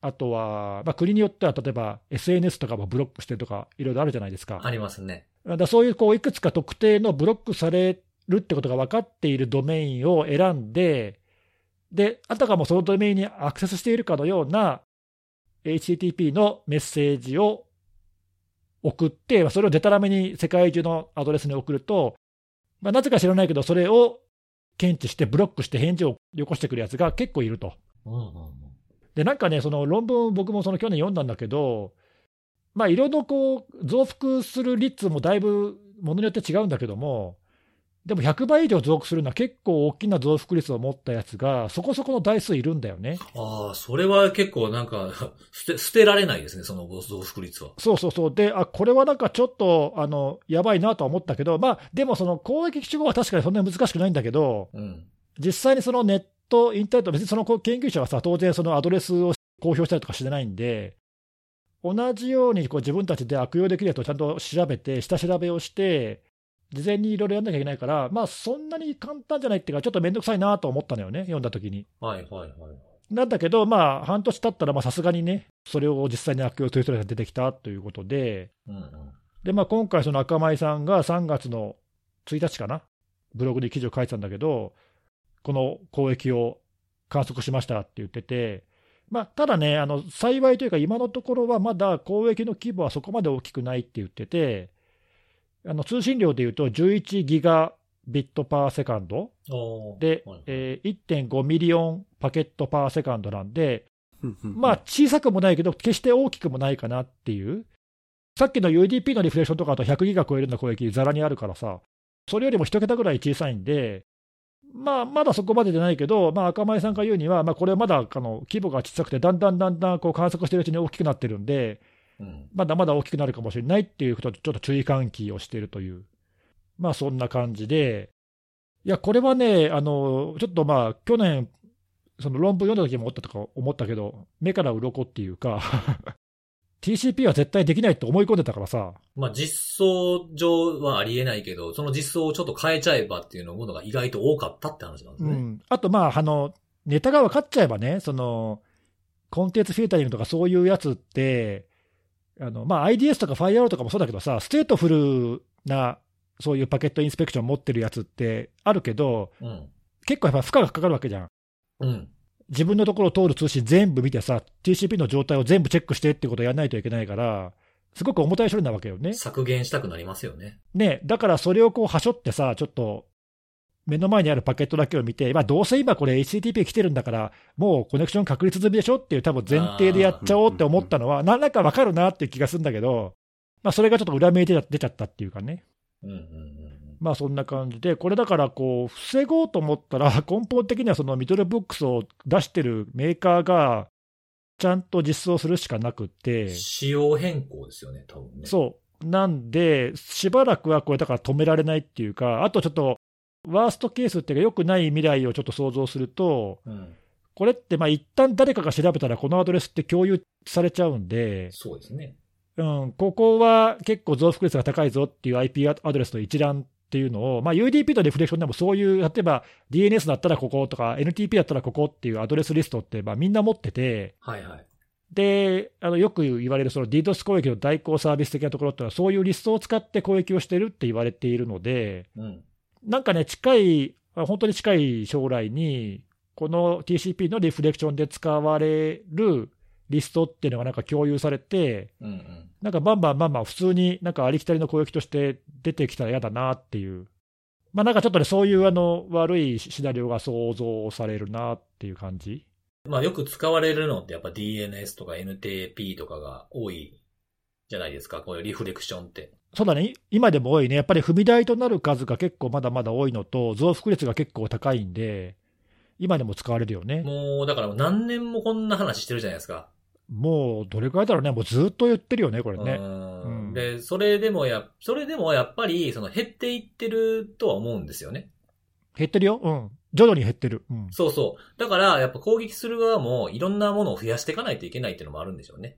S2: あとは、まあ、国によっては、例えば SNS とかもブロックしてるとか、いろいろあるじゃないですか。
S1: ありますね。
S2: だからそういう、こう、いくつか特定のブロックされるってことが分かっているドメインを選んで、で、あたかもそのドメインにアクセスしているかのような HTTP のメッセージを送って、まあそれをデタラメに世界中のアドレスに送ると、まあ、なぜか知らないけど、それを検知して、ブロックして返事をよこしてくるやつが結構いると。
S1: うんうん
S2: で、なんかね、その論文、僕もその去年読んだんだけど、まあ、いろいろこう、増幅する率もだいぶ、ものによって違うんだけども、でも100倍以上増幅するのは結構大きな増幅率を持ったやつが、そこそこの台数いるんだよね。
S1: ああ、それは結構なんか 捨て、捨てられないですね、その増幅率は。
S2: そうそうそう。で、あ、これはなんかちょっと、あの、やばいなとは思ったけど、まあ、でもその攻撃手法は確かにそんなに難しくないんだけど、
S1: うん。
S2: 実際にそのネット、インターネット、別にその研究者はさ、当然そのアドレスを公表したりとかしてないんで、同じようにこう自分たちで悪用できるやつをちゃんと調べて、下調べをして、事前にいろいろやんなきゃいけないから、まあそんなに簡単じゃないっていうか、ちょっとめんどくさいなと思ったのよね、読んだ時に。
S1: はいはいはい。
S2: なんだけど、まあ半年経ったら、まあさすがにね、それを実際に悪用する人が出てきたということで、
S1: うんうん。
S2: で、まあ、今回、その赤米さんが3月の1日かな、ブログで記事を書いてたんだけど、この交易を観測しましたって言ってて、まあ、ただね、あの幸いというか、今のところはまだ交易の規模はそこまで大きくないって言ってて、あの通信量でいうと11ギガビットパーセカンド
S1: おー
S2: で、
S1: はい
S2: えー1.5ミリオンパケットパーセカンドなんで、
S3: うんうんうん
S2: まあ、小さくもないけど、決して大きくもないかなっていう、さっきの UDP のリフレクションとかだと100ギガ超えるような攻撃、ざらにあるからさ、それよりも1桁ぐらい小さいんで、まあ、まだそこまでじゃないけど、まあ、赤前さんが言うには、まあ、これまだあの規模が小さくて、だんだんだんだんこう観測してるうちに大きくなってるんで、
S1: うん。
S2: まだまだ大きくなるかもしれないっていうことで、ちょっと注意喚起をしているという、まあ、そんな感じで、いや、これはね、あのちょっとまあ、去年、その論文読んだ時も思ったとか思ったけど、目から鱗っていうか、TCP は絶対できないと思い込んでたからさ、
S1: まあ実装上はありえないけど、その実装をちょっと変えちゃえばっていうのものが意外と多かったって話なんです
S2: う
S1: ね。
S2: ん、あとまああの、ネタが分かっちゃえばね、そのコンテンツフィルタリングとかそういうやつって、あの、まあ、IDS とか FireO とかもそうだけどさ、ステートフルな、そういうパケットインスペクション持ってるやつってあるけど、
S1: うん。
S2: 結構やっぱ負荷がかかるわけじゃん。
S1: うん。
S2: 自分のところを通る通信全部見てさ、TCP の状態を全部チェックしてっていうことをやらないといけないから、すごく重たい処理なわけよね。
S1: 削減したくなりますよね。
S2: ね、だからそれをこう、はしょってさ、ちょっと、目の前にあるパケットだけを見て、まあ、どうせ今これ HTTP 来てるんだから、もうコネクション確立済みでしょっていう多分前提でやっちゃおうって思ったのは、なんだかわかるなっていう気がするんだけど、まあ、それがちょっと裏目に出ちゃ出ちゃったっていうかね。
S1: うんうん
S2: まあ、そんな感じで、これだからこう、防ごうと思ったら、 根本的にはそのミドルブックスを出してるメーカーが、ちゃんと実装するしかなく
S1: う
S2: て
S1: ん。。仕様変更ですよね、多分ね。
S2: そう。なんで、しばらくはこれだから止められないっていうか、あとちょっと、ワーストケースっていうか、良くない未来をちょっと想像すると、
S1: う。うん。
S2: これってまあ一旦誰かが調べたら、このアドレスって共有されちゃうんで、
S1: そうですね。
S2: うん、ここは結構増幅率が高いぞっていう IP アドレスの一覧っていうのを、まあ、UDP とリフレクションでもそういう、例えば DNS だったらこことか、NTP だったらここっていうアドレスリストってまあみんな持ってて、
S1: はいはい。
S2: で、あのよく言われるその DDoS 攻撃の代行サービス的なところっていうのは、そういうリストを使って攻撃をしてるって言われているので、
S1: うん。
S2: なんかね、近い、あ本当に近い将来に、この TCP のリフレクションで使われるリストっていうのがなんか共有されて、
S1: うんうん。
S2: なんかバンバンバンバン普通になんかありきたりの攻撃として出てきたら嫌だなっていう。まあなんかちょっとね、そういうあの悪いシナリオが想像されるなっていう感じ。
S1: まあよく使われるのってやっぱ DNS とか NTP とかが多いじゃないですか、こういうリフレクションって。
S2: そうだね、い今でも多いね、やっぱり踏み台となる数が結構まだまだ多いのと、増幅率が結構高いんで、今でも使われるよね。
S1: もうだから何年もこんな話してるじゃないですか。
S2: もうどれくらいだろうね、もうずっと言ってるよね、これ
S1: う
S2: ね。
S1: ん
S2: うん
S1: で、それでもや、それでもやっぱり、その減っていってるとは思うんですよね。
S2: 減ってるよ、うん、徐々に減ってる。うん、
S1: そうそう。だから、やっぱ攻撃する側もいろんなものを増やしていかないといけないっていうのもあるんでしょうね。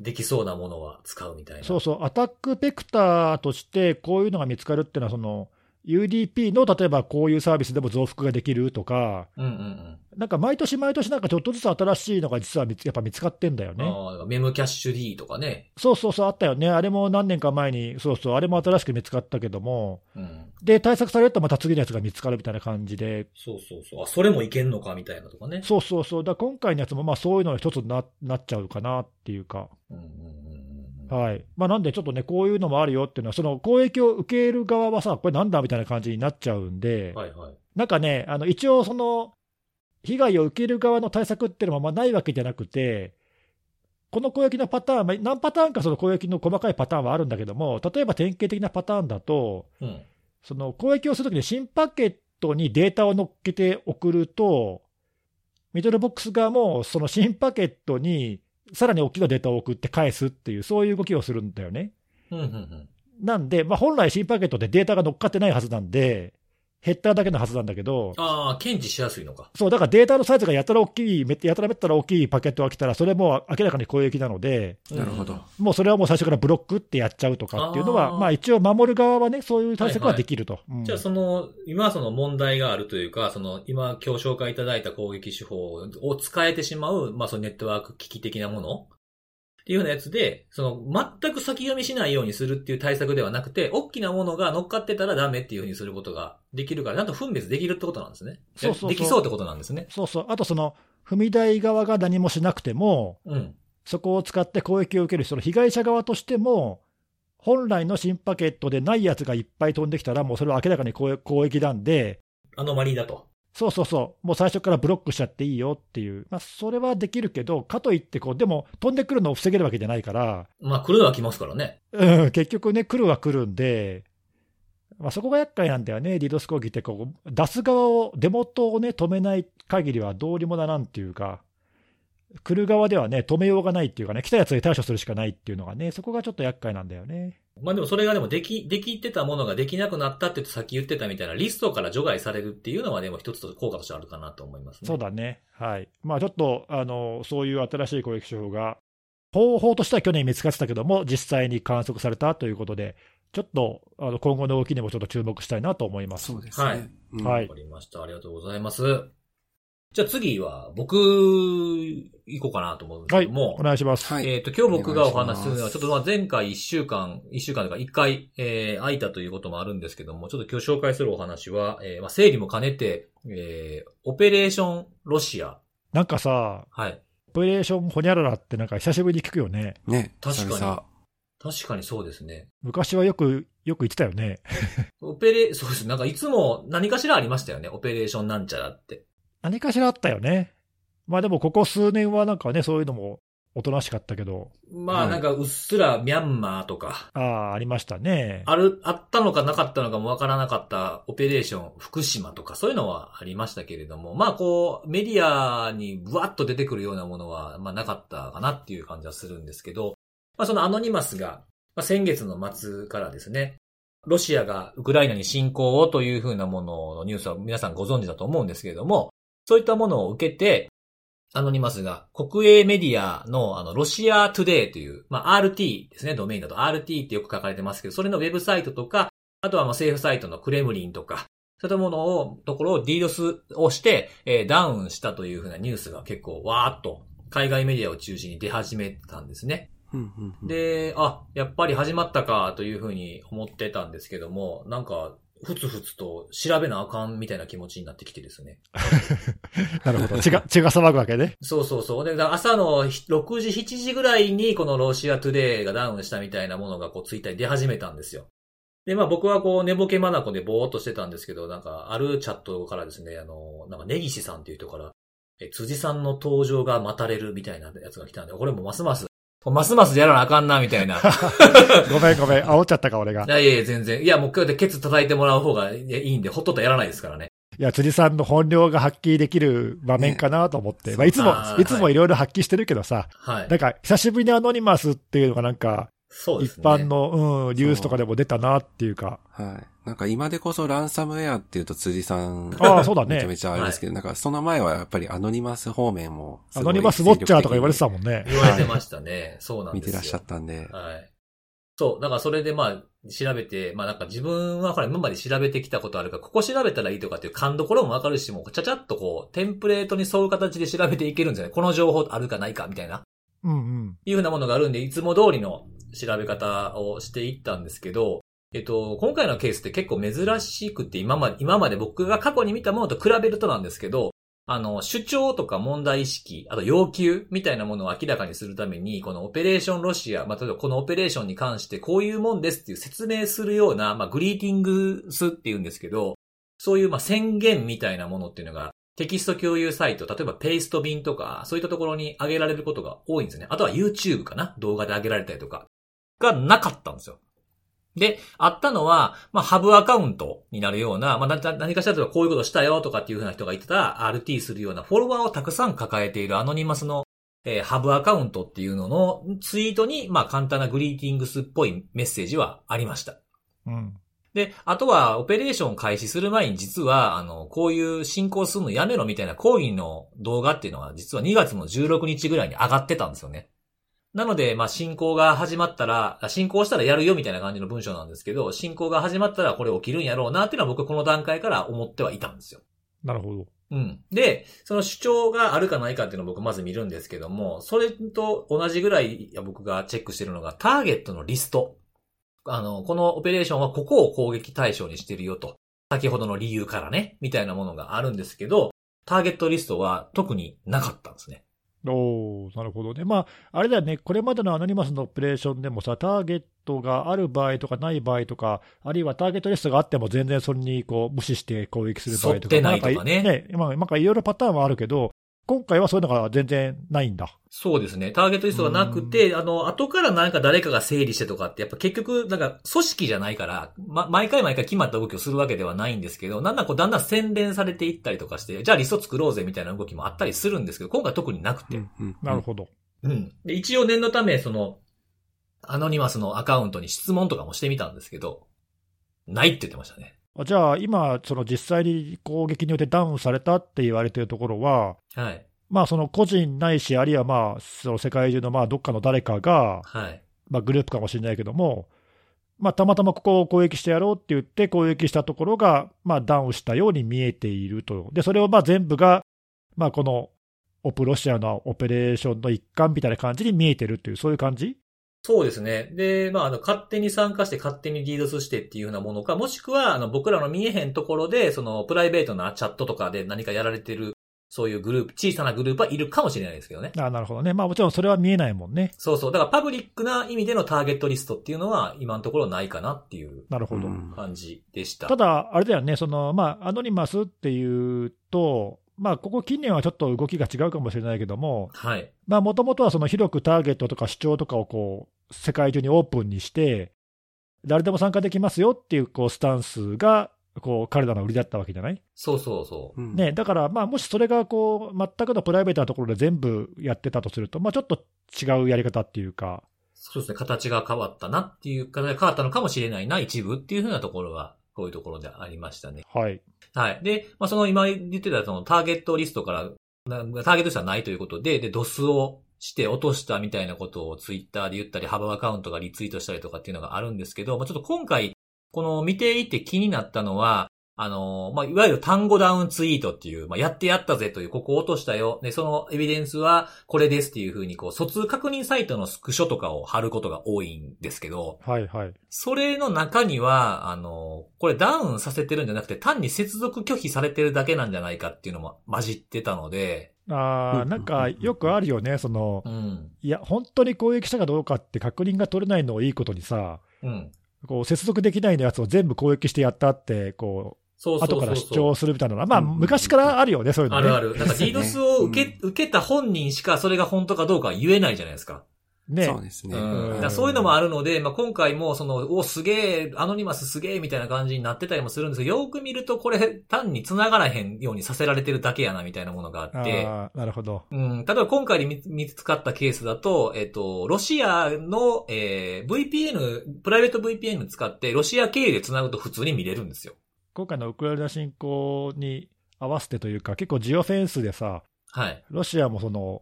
S1: できそうなものは使うみたいな。
S2: そうそう、アタックベクターとして、こういうのが見つかるっていうのは、その UDP の例えばこういうサービスでも増幅ができるとか、
S1: うんうん
S2: なんか毎年毎年、なんかちょっとずつ新しいのが実は見つやっぱ見つかってんだよ
S1: うん。
S2: ね。
S1: ああメムキャッシュ D とかね。
S2: そうそうそう、あったよね。あれも何年か前に、そうそう、あれも新しく見つかったけども、
S1: うん。
S2: で、対策されるとまた次のやつが見つかるみたいな感じで、
S1: そうそうそう。あ、それもいけんのかみたいなとかね。
S2: そうそうそう、だから今回のやつもまあそういうのの一つにななっちゃうかなっていうか、
S1: うんうんうんうん。
S2: はいまあ、なんでちょっとね、こういうのもあるよっていうのは、その攻撃を受ける側はさ、これなんだみたいな感じになっちゃうんで、
S1: はいはい。
S2: なんかね、あの一応、その被害を受ける側の対策っていうのもまあないわけじゃなくて、この攻撃のパターンまあ、何パターンかその攻撃の細かいパターンはあるんだけども、例えば典型的なパターンだと、
S1: うん。
S2: その攻撃をするときに新パケットにデータを乗っけて送ると、ミドルボックス側もその新パケットにさらに大きなデータを送って返すっていう、そういう動きをするんだよね。
S1: うんうんうん。
S2: なんで、まあ、本来新パケットってデータが乗っかってないはずなんで、ヘッダーだけのはずなんだけど、
S1: ああ、検知しやすいのか。
S2: そう、だからデータのサイズがやたら大きい、めやたらめったら大きいパケットが来たら、それもう明らかに攻撃なので、
S3: なるほど。
S2: もうそれはもう最初からブロックってやっちゃうとかっていうの
S1: あ
S2: は、
S1: ー
S2: まあ一応守る側はね、そういう対策はできると。うん
S1: じゃあその、今その問題があるというか、その今今日紹介いただいた攻撃手法を使えてしまう、まあそのネットワーク機器的なものっていうようなやつで、その全く先読みしないようにするっていう対策ではなくて、大きなものが乗っかってたらダメっていうふうにすることができるから、なんと分別できるってことなんですね。
S2: そうそうそう
S1: できそうってことなんですね。
S2: そうそう、あとその踏み台側が何もしなくても、
S1: うん。
S2: そこを使って攻撃を受ける人の被害者側としても、本来の新パケットでないやつがいっぱい飛んできたら、もうそれは明らかに攻攻撃なんで、
S1: アノマリーだと。
S2: そうそうそう、もう最初からブロックしちゃっていいよっていう、まあ、それはできるけど、かといってこう、でも飛んでくるのを防げるわけじゃないから、
S1: まあ来るのは来ますからね。
S2: うん、結局ね、来るは来るんで、まあ、そこが厄介なんだよね、リードス攻撃ってこう、出す側を、出元をね、止めない限りはどうにもならんっていうか、来る側ではね、止めようがないっていうかね、来たやつに対処するしかないっていうのがね、そこがちょっと厄介なんだよね。
S1: まあでもそれがでもでき、できてたものができなくなったって言うとさっき言ってたみたいなリストから除外されるっていうのはでも一つと効果としてあるかなと思いますね。
S2: そうだね、はいまあ、ちょっとあのそういう新しい攻撃手法が、方法としては去年見つかってたけども、実際に観測されたということで、ちょっとあの今後の動きにもちょっと注目したいなと思います。
S3: そうですね。
S1: はい
S3: うん
S2: はい
S1: わかりました。ありがとうございます。じゃあ次は僕、行こうかなと思うんですけども、
S2: お願いします。
S3: はい。
S1: えっ、と、今日僕がお話しするのは、ちょっとまあ前回一週間、一週間というか一回、えー、空いたということもあるんですけども、ちょっと今日紹介するお話は、えー、まあ整理も兼ねて、えー、オペレーションロシア。
S2: なんかさ、
S1: はい。
S2: オペレーションホニャララってなんか久しぶりに聞くよね。
S3: ね。
S1: 確かに
S3: 久々
S1: 確かにそうですね。
S2: 昔はよく、よく言ってたよね。
S1: オペレ、 そうです。なんかいつも何かしらありましたよね。オペレーションなんちゃらって。
S2: 何かしらあったよね。まあでもここ数年はなんかね、そういうのもおとなしかったけど、
S1: まあ
S3: はい
S1: なんかうっすらミャンマーとか、
S2: ああ、ありましたね。
S1: ある、あったのかなかったのかもわからなかったオペレーション福島とかそういうのはありましたけれども、まあこうメディアにブワッと出てくるようなものはまあなかったかなっていう感じはするんですけど、まあそのアノニマスが、まあ、先月の末からですね、ロシアがウクライナに侵攻をというふうなもののニュースは皆さんご存知だと思うんですけれども、そういったものを受けて、アノニマスが国営メディアのあのロシアトゥデイという、まあ、RT ですね、ドメインだと RT ってよく書かれてますけど、それのウェブサイトとか、あとはまあ政府サイトのクレムリンとか、そういったものを、ところを DDoS をして、えーダウンしたというふうなニュースが結構わーっと海外メディアを中心に出始めたんですね。
S3: うんうんうん
S1: で、あ、やっぱり始まったかというふうに思ってたんですけども、なんか、ふつふつと調べなあかんみたいな気持ちになってきてですね。
S2: なるほど。血が、血が騒ぐわけね。
S1: そうそうそう。で、だから朝のひ6時、7時ぐらいにこのロシアトゥデイがダウンしたみたいなものがこうツイッターに出始めたんですよ。で、まあ僕はこう寝ぼけまなこでぼーっとしてたんですけど、なんかあるチャットからですね、あの、なんか根岸さんっていう人から、え、辻さんの登場が待たれるみたいなやつが来たんで、これもうますます、ますますやらなあかんなみた いな。
S2: ごめんごめん、煽っちゃったか、俺 が
S1: い。やいやいや、全然。いや、もう今日でケツ叩いてもらう方がいやいいんで、ほっとったらやらないですからね。
S2: いや、辻さんの本領が発揮できる場面かなと思って、
S3: ね
S2: まあ、いつも
S1: あ、ー
S2: いつもいろいろ発揮してるけどさ、
S1: はい
S2: なん。か、久しぶりにアノニマスっていうのがなんか、
S1: そうで
S2: 一
S1: すね。
S2: 般。の、うん、ニュースとかでも出たなっていうか、
S3: はい。なんか今でこそランサムウェアっていうと辻さん。
S2: ああそうだね
S3: めちゃめちゃあれですけど、なんかその前はやっぱりアノニマス方面も。
S2: アノニマスウォッチャーとか言われてたもんね。
S1: 言われて
S2: はい
S1: ましたね。そうなん
S3: 見
S1: です
S3: て
S1: よ。
S3: らっしゃったんで。
S1: はい。そう。だからそれでまあ、調べて、まあなんか自分はほら今まで調べてきたことあるから、ここ調べたらいいとかっていう勘どころもわかるし、もうちゃちゃっとこう、テンプレートに沿う形で調べていけるんですよね。この情報あるかないかみたいな。
S2: うんうん。
S1: いうふうなものがあるんで、いつも通りの調べ方をしていったんですけど、えっと、今回のケースって結構珍しくて、今まで、今まで僕が過去に見たものと比べるとなんですけど、あの、主張とか問題意識、あと要求みたいなものを明らかにするために、このオペレーションロシア、まあ、例えばこのオペレーションに関してこういうもんですっていう説明するような、まあ、グリーティングスっていうんですけど、そういうまあ宣言みたいなものっていうのがテキスト共有サイト、例えばペイスト便とか、そういったところに上げられることが多いんですよね。あとは YouTube かな動画で上げられたりとか。がなかったんですよ。で、あったのは、まあ、ハブアカウントになるような、まあ、なな何かしら例えばこういうことしたよとかっていう風な人がいたら、RT するようなフォロワーをたくさん抱えているアノニマスの、えーハブアカウントっていうののツイートに、まあ、簡単なグリーティングスっぽいメッセージはありました。
S2: うん。
S1: で、あとは、オペレーションを開始する前に実は、あの、こういう進行するのやめろみたいな抗議の動画っていうのは、実は2月の16日ぐらいに上がってたんですよね。なので、まあ、進行が始まったら、あ進行したらやるよみたいな感じの文章なんですけど、進行が始まったらこれ起きるんやろうなっていうのは僕この段階から思ってはいたんですよ。
S2: なるほど。
S1: うん。で、その主張があるかないかっていうのを僕まず見るんですけども、それと同じぐらい僕がチェックしてるのがターゲットのリスト。あの、このオペレーションはここを攻撃対象にしてるよと。先ほどの理由からね、みたいなものがあるんですけど、ターゲットリストは特になかったんですね。
S2: おーなるほどね。まあ、あれだよね、これまでのアノニマスのオペレーションでもさ、ターゲットがある場合とかない場合とか、あるいはターゲットリストがあっても全然それにこう無視して攻撃する場合とか、
S1: 沿ってないとかね
S2: まあん今、なんかいろいろパターンはあるけど、今回はそういうのが全然ないんだ。
S1: そうですね。ターゲットリストがなくて、あの、後からなんか誰かが整理してとかって、やっぱ結局、なんか組織じゃないから、ま、毎回毎回決まった動きをするわけではないんですけど、なんだんこうだんだん洗練されていったりとかして、じゃあリスト作ろうぜみたいな動きもあったりするんですけど、今回特になくて。
S2: なるほど。
S1: うん。で、一応念のため、その、アノニマスのアカウントに質問とかもしてみたんですけど、ないって言ってましたね。
S2: あじゃあ、今、その実際に攻撃によってダウンされたって言われているところは、
S1: はい。
S2: まあ、その個人ないし、あるいはまあ、その世界中のまあどっかの誰かが、
S1: はい。
S2: まあ、グループかもしれないけども、まあ、たまたまここを攻撃してやろうって言って、攻撃したところが、まあ、ダウンしたように見えていると、でそれをまあ全部がまあ、このオプロシアのオペレーションの一環みたいな感じに見えてるっていう、そういう感じ
S1: そうですね。で、まあ、あの、勝手に参加して、勝手にリードスしてっていうようなものか、もしくは、あの、僕らの見えへんところで、その、プライベートなチャットとかで何かやられてる、そういうグループ、小さなグループはいるかもしれないですけどね。
S2: あなるほどね。まあ、もちろんそれは見えないもんね。
S1: そうそう。だから、パブリックな意味でのターゲットリストっていうのは、今のところないかなっていう
S2: なるほど。
S3: うん
S1: 感じでした。
S2: ただ、あれだよね、その、まあ、アノニマスっていうと、まあ、ここ近年はちょっと動きが違うかもしれないけども、
S1: はい。
S2: まあ、もともとはその広くターゲットとか主張とかをこう、世界中にオープンにして、誰でも参加できますよっていう、こう、スタンスが、こう、彼らの売りだったわけじゃない
S1: そうそうそう。
S3: うん
S2: ね、だから、まあ、もしそれがこう、全くのプライベートなところで全部やってたとすると、まあ、ちょっと違うやり方っていうか、
S1: そうですね。形が変わったなっていう、形が変わったのかもしれないな、一部っていうふうなところは、こういうところでありましたね。
S2: はい。
S1: はい。で、まあ、その今言ってたそのターゲットリストから、なターゲットリストはないということで、で、ドスをして落としたみたいなことをツイッターで言ったり、ハブアカウントがリツイートしたりとかっていうのがあるんですけど、まあ、ちょっと今回、この見ていて気になったのは、あの、まあ、いわゆる単語ダウンツイートっていう、まあ、やってやったぜという、ここ落としたよ。で、そのエビデンスはこれですっていうふうに、こう、疎通確認サイトのスクショとかを貼ることが多いんですけど、
S2: はい、はい。
S1: それの中には、あの、これダウンさせてるんじゃなくて、単に接続拒否されてるだけなんじゃないかっていうのも混じってたので、
S2: あーなんか、よくあるよね、その、
S1: うん。
S2: いや、本当に攻撃したかどうかって確認が取れないのをいいことにさ、
S1: うん。
S2: こう接続できないやつを全部攻撃してやったって、こ
S1: そう
S2: う
S1: そうそう
S2: 後
S1: そう。
S2: から主張するみたいなのは、まあ、
S3: うん
S2: 昔からあるよね、そういうの
S1: あ
S2: ね。
S1: るある。なんか、リードスを受け、受けた本人しかそれが本当かどうかは言えないじゃないですか。
S2: ね
S3: そうですね。
S1: うん
S2: うん
S1: だからそういうのもあるので、まあ、今回も、その、お、すげえ、アノニマスすげえ、みたいな感じになってたりもするんですけど、よく見ると、これ、単に繋がらへんようにさせられてるだけやな、みたいなものがあって。
S2: あーなるほど。
S1: うん、例えば今回で見見つかったケースだと、えっと、ロシアの、えー VPN、プライベート VPN 使って、ロシア経由で繋ぐと普通に見れるんですよ。
S2: 今回のウクライナ侵攻に合わせてというか、結構ジオフェンスでさ、
S1: はい。
S2: ロシアもその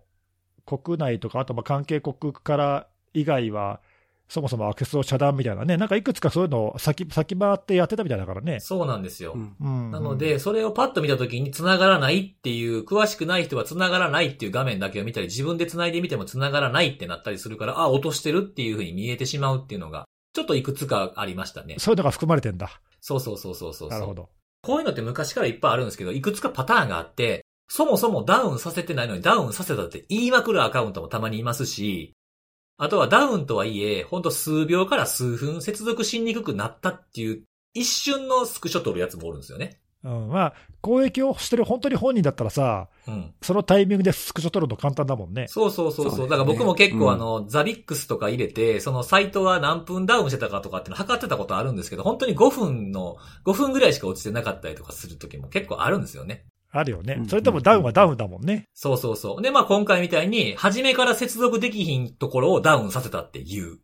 S2: 国内とか、あとまあ関係国から以外は、そもそもアクセスを遮断みたいなね、なんかいくつかそういうのを先先回ってやってたみたいだからね。
S1: そうなんですよ。
S3: うん
S2: うん、
S1: なので、、それをパッと見たときに繋がらないっていう、詳しくない人は繋がらないっていう画面だけを見たり、自分で繋いでみても繋がらないってなったりするから、あ、落としてるっていうふうに見えてしまうっていうのが、ちょっといくつかありましたね。
S2: そういうのが含まれてんだ。
S1: そうそうそうそうそうそう。
S2: なるほど。
S1: こういうのって昔からいっぱいあるんですけど、いくつかパターンがあって、そもそもダウンさせてないのにダウンさせたって言いまくるアカウントもたまにいますし、あとはダウンとはいえ、ほんと数秒から数分接続しにくくなったっていう、一瞬のスクショ撮るやつもおるんですよね。
S2: うん、まあ、攻撃をしてる本当に本人だったらさ、
S1: うん。
S2: そのタイミングでスクショ取るの簡単だもんね。
S1: そうそうそうそう。
S3: そうですね
S1: だから僕も結構
S3: うん
S1: あの、ザビックスとか入れて、そのサイトは何分ダウンしてたかとかっていうの測ってたことあるんですけど、本当に5分の、5分ぐらいしか落ちてなかったりとかする時も結構あるんですよね。
S2: あるよね
S3: う。ん
S2: それともダウンはダウンだもんね。
S1: そうそうそう。で、まあ今回みたいに、初めから接続できひんところをダウンさせたっていう。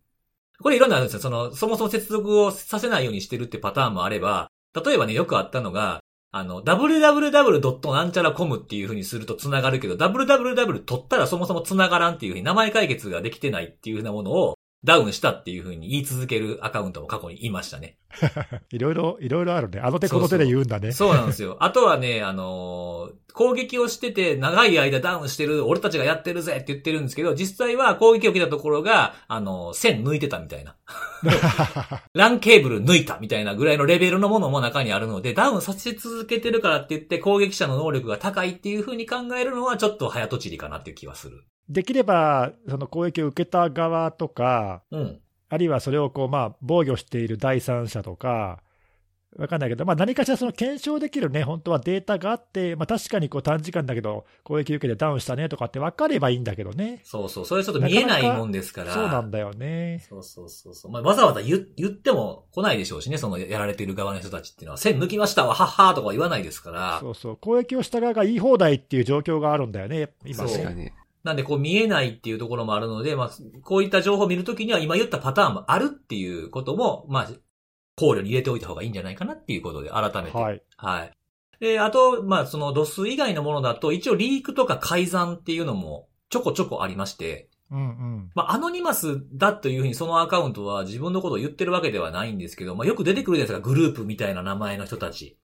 S1: これいろんなのあるんですよ。その、そもそも接続をさせないようにしてるってパターンもあれば、例えばね、よくあったのが、あの、www. なんちゃら .com っていう風にすると繋がるけど、www 取ったらそもそも繋がらんっていう風に名前解決ができてないっていう風なものをダウンしたっていう風に言い続けるアカウントも過去にいましたね。
S2: いろいろ、いろいろあるね。あの手この手で言うんだね。
S1: そうなんです よ。あとはね、あのー攻撃をしてて、長い間ダウンしてる、俺たちがやってるぜって言ってるんですけど、実際は攻撃を受けたところが、あのー線抜いてたみたい な。ランケーブル抜いたみたいなぐらいのレベルのものも中にあるので、ダウンさせ続けてるからって言って、攻撃者の能力が高いっていう風に考えるのは、ちょっと早とちりかなっていう気はする。
S2: できれば、その攻撃を受けた側とか、
S1: うん。
S2: あるいはそれをこう、まあ、防御している第三者とか、わかんないけど、まあ、何かしらその検証できるね、本当はデータがあって、まあ、確かにこう短時間だけど、攻撃受けてダウンしたねとかって分かればいいんだけどね。
S1: そうそう。それはちょっと見えないもんです
S2: そ
S1: か
S2: う
S1: ら。
S2: なんだよね。
S1: そうそうそうそう。まあ、わざわざ言言っても来ないでしょうしね、そのやられてる側の人たちっていうのは、線抜きましたわ、はっはーとか言わないですから。
S2: そうそう。攻撃をした側が言い放題っていう状況があるんだよね、今
S1: そう
S3: 確か
S2: ね。
S3: に。
S1: なんでこう見えないっていうところもあるので、まあ、こういった情報を見るときには今言ったパターンもあるっていうことも、まあ、考慮に入れておいた方がいいんじゃないかなっていうことで、改めて。
S2: はい。
S1: はい。で、あと、まあ、その度数以外のものだと、一応リークとか改ざんっていうのもちょこちょこありまして、
S2: うんうん。
S1: まあ、アノニマスだというふうにそのアカウントは自分のことを言ってるわけではないんですけど、まあ、よく出てくるじゃないですか、グループみたいな名前の人たち。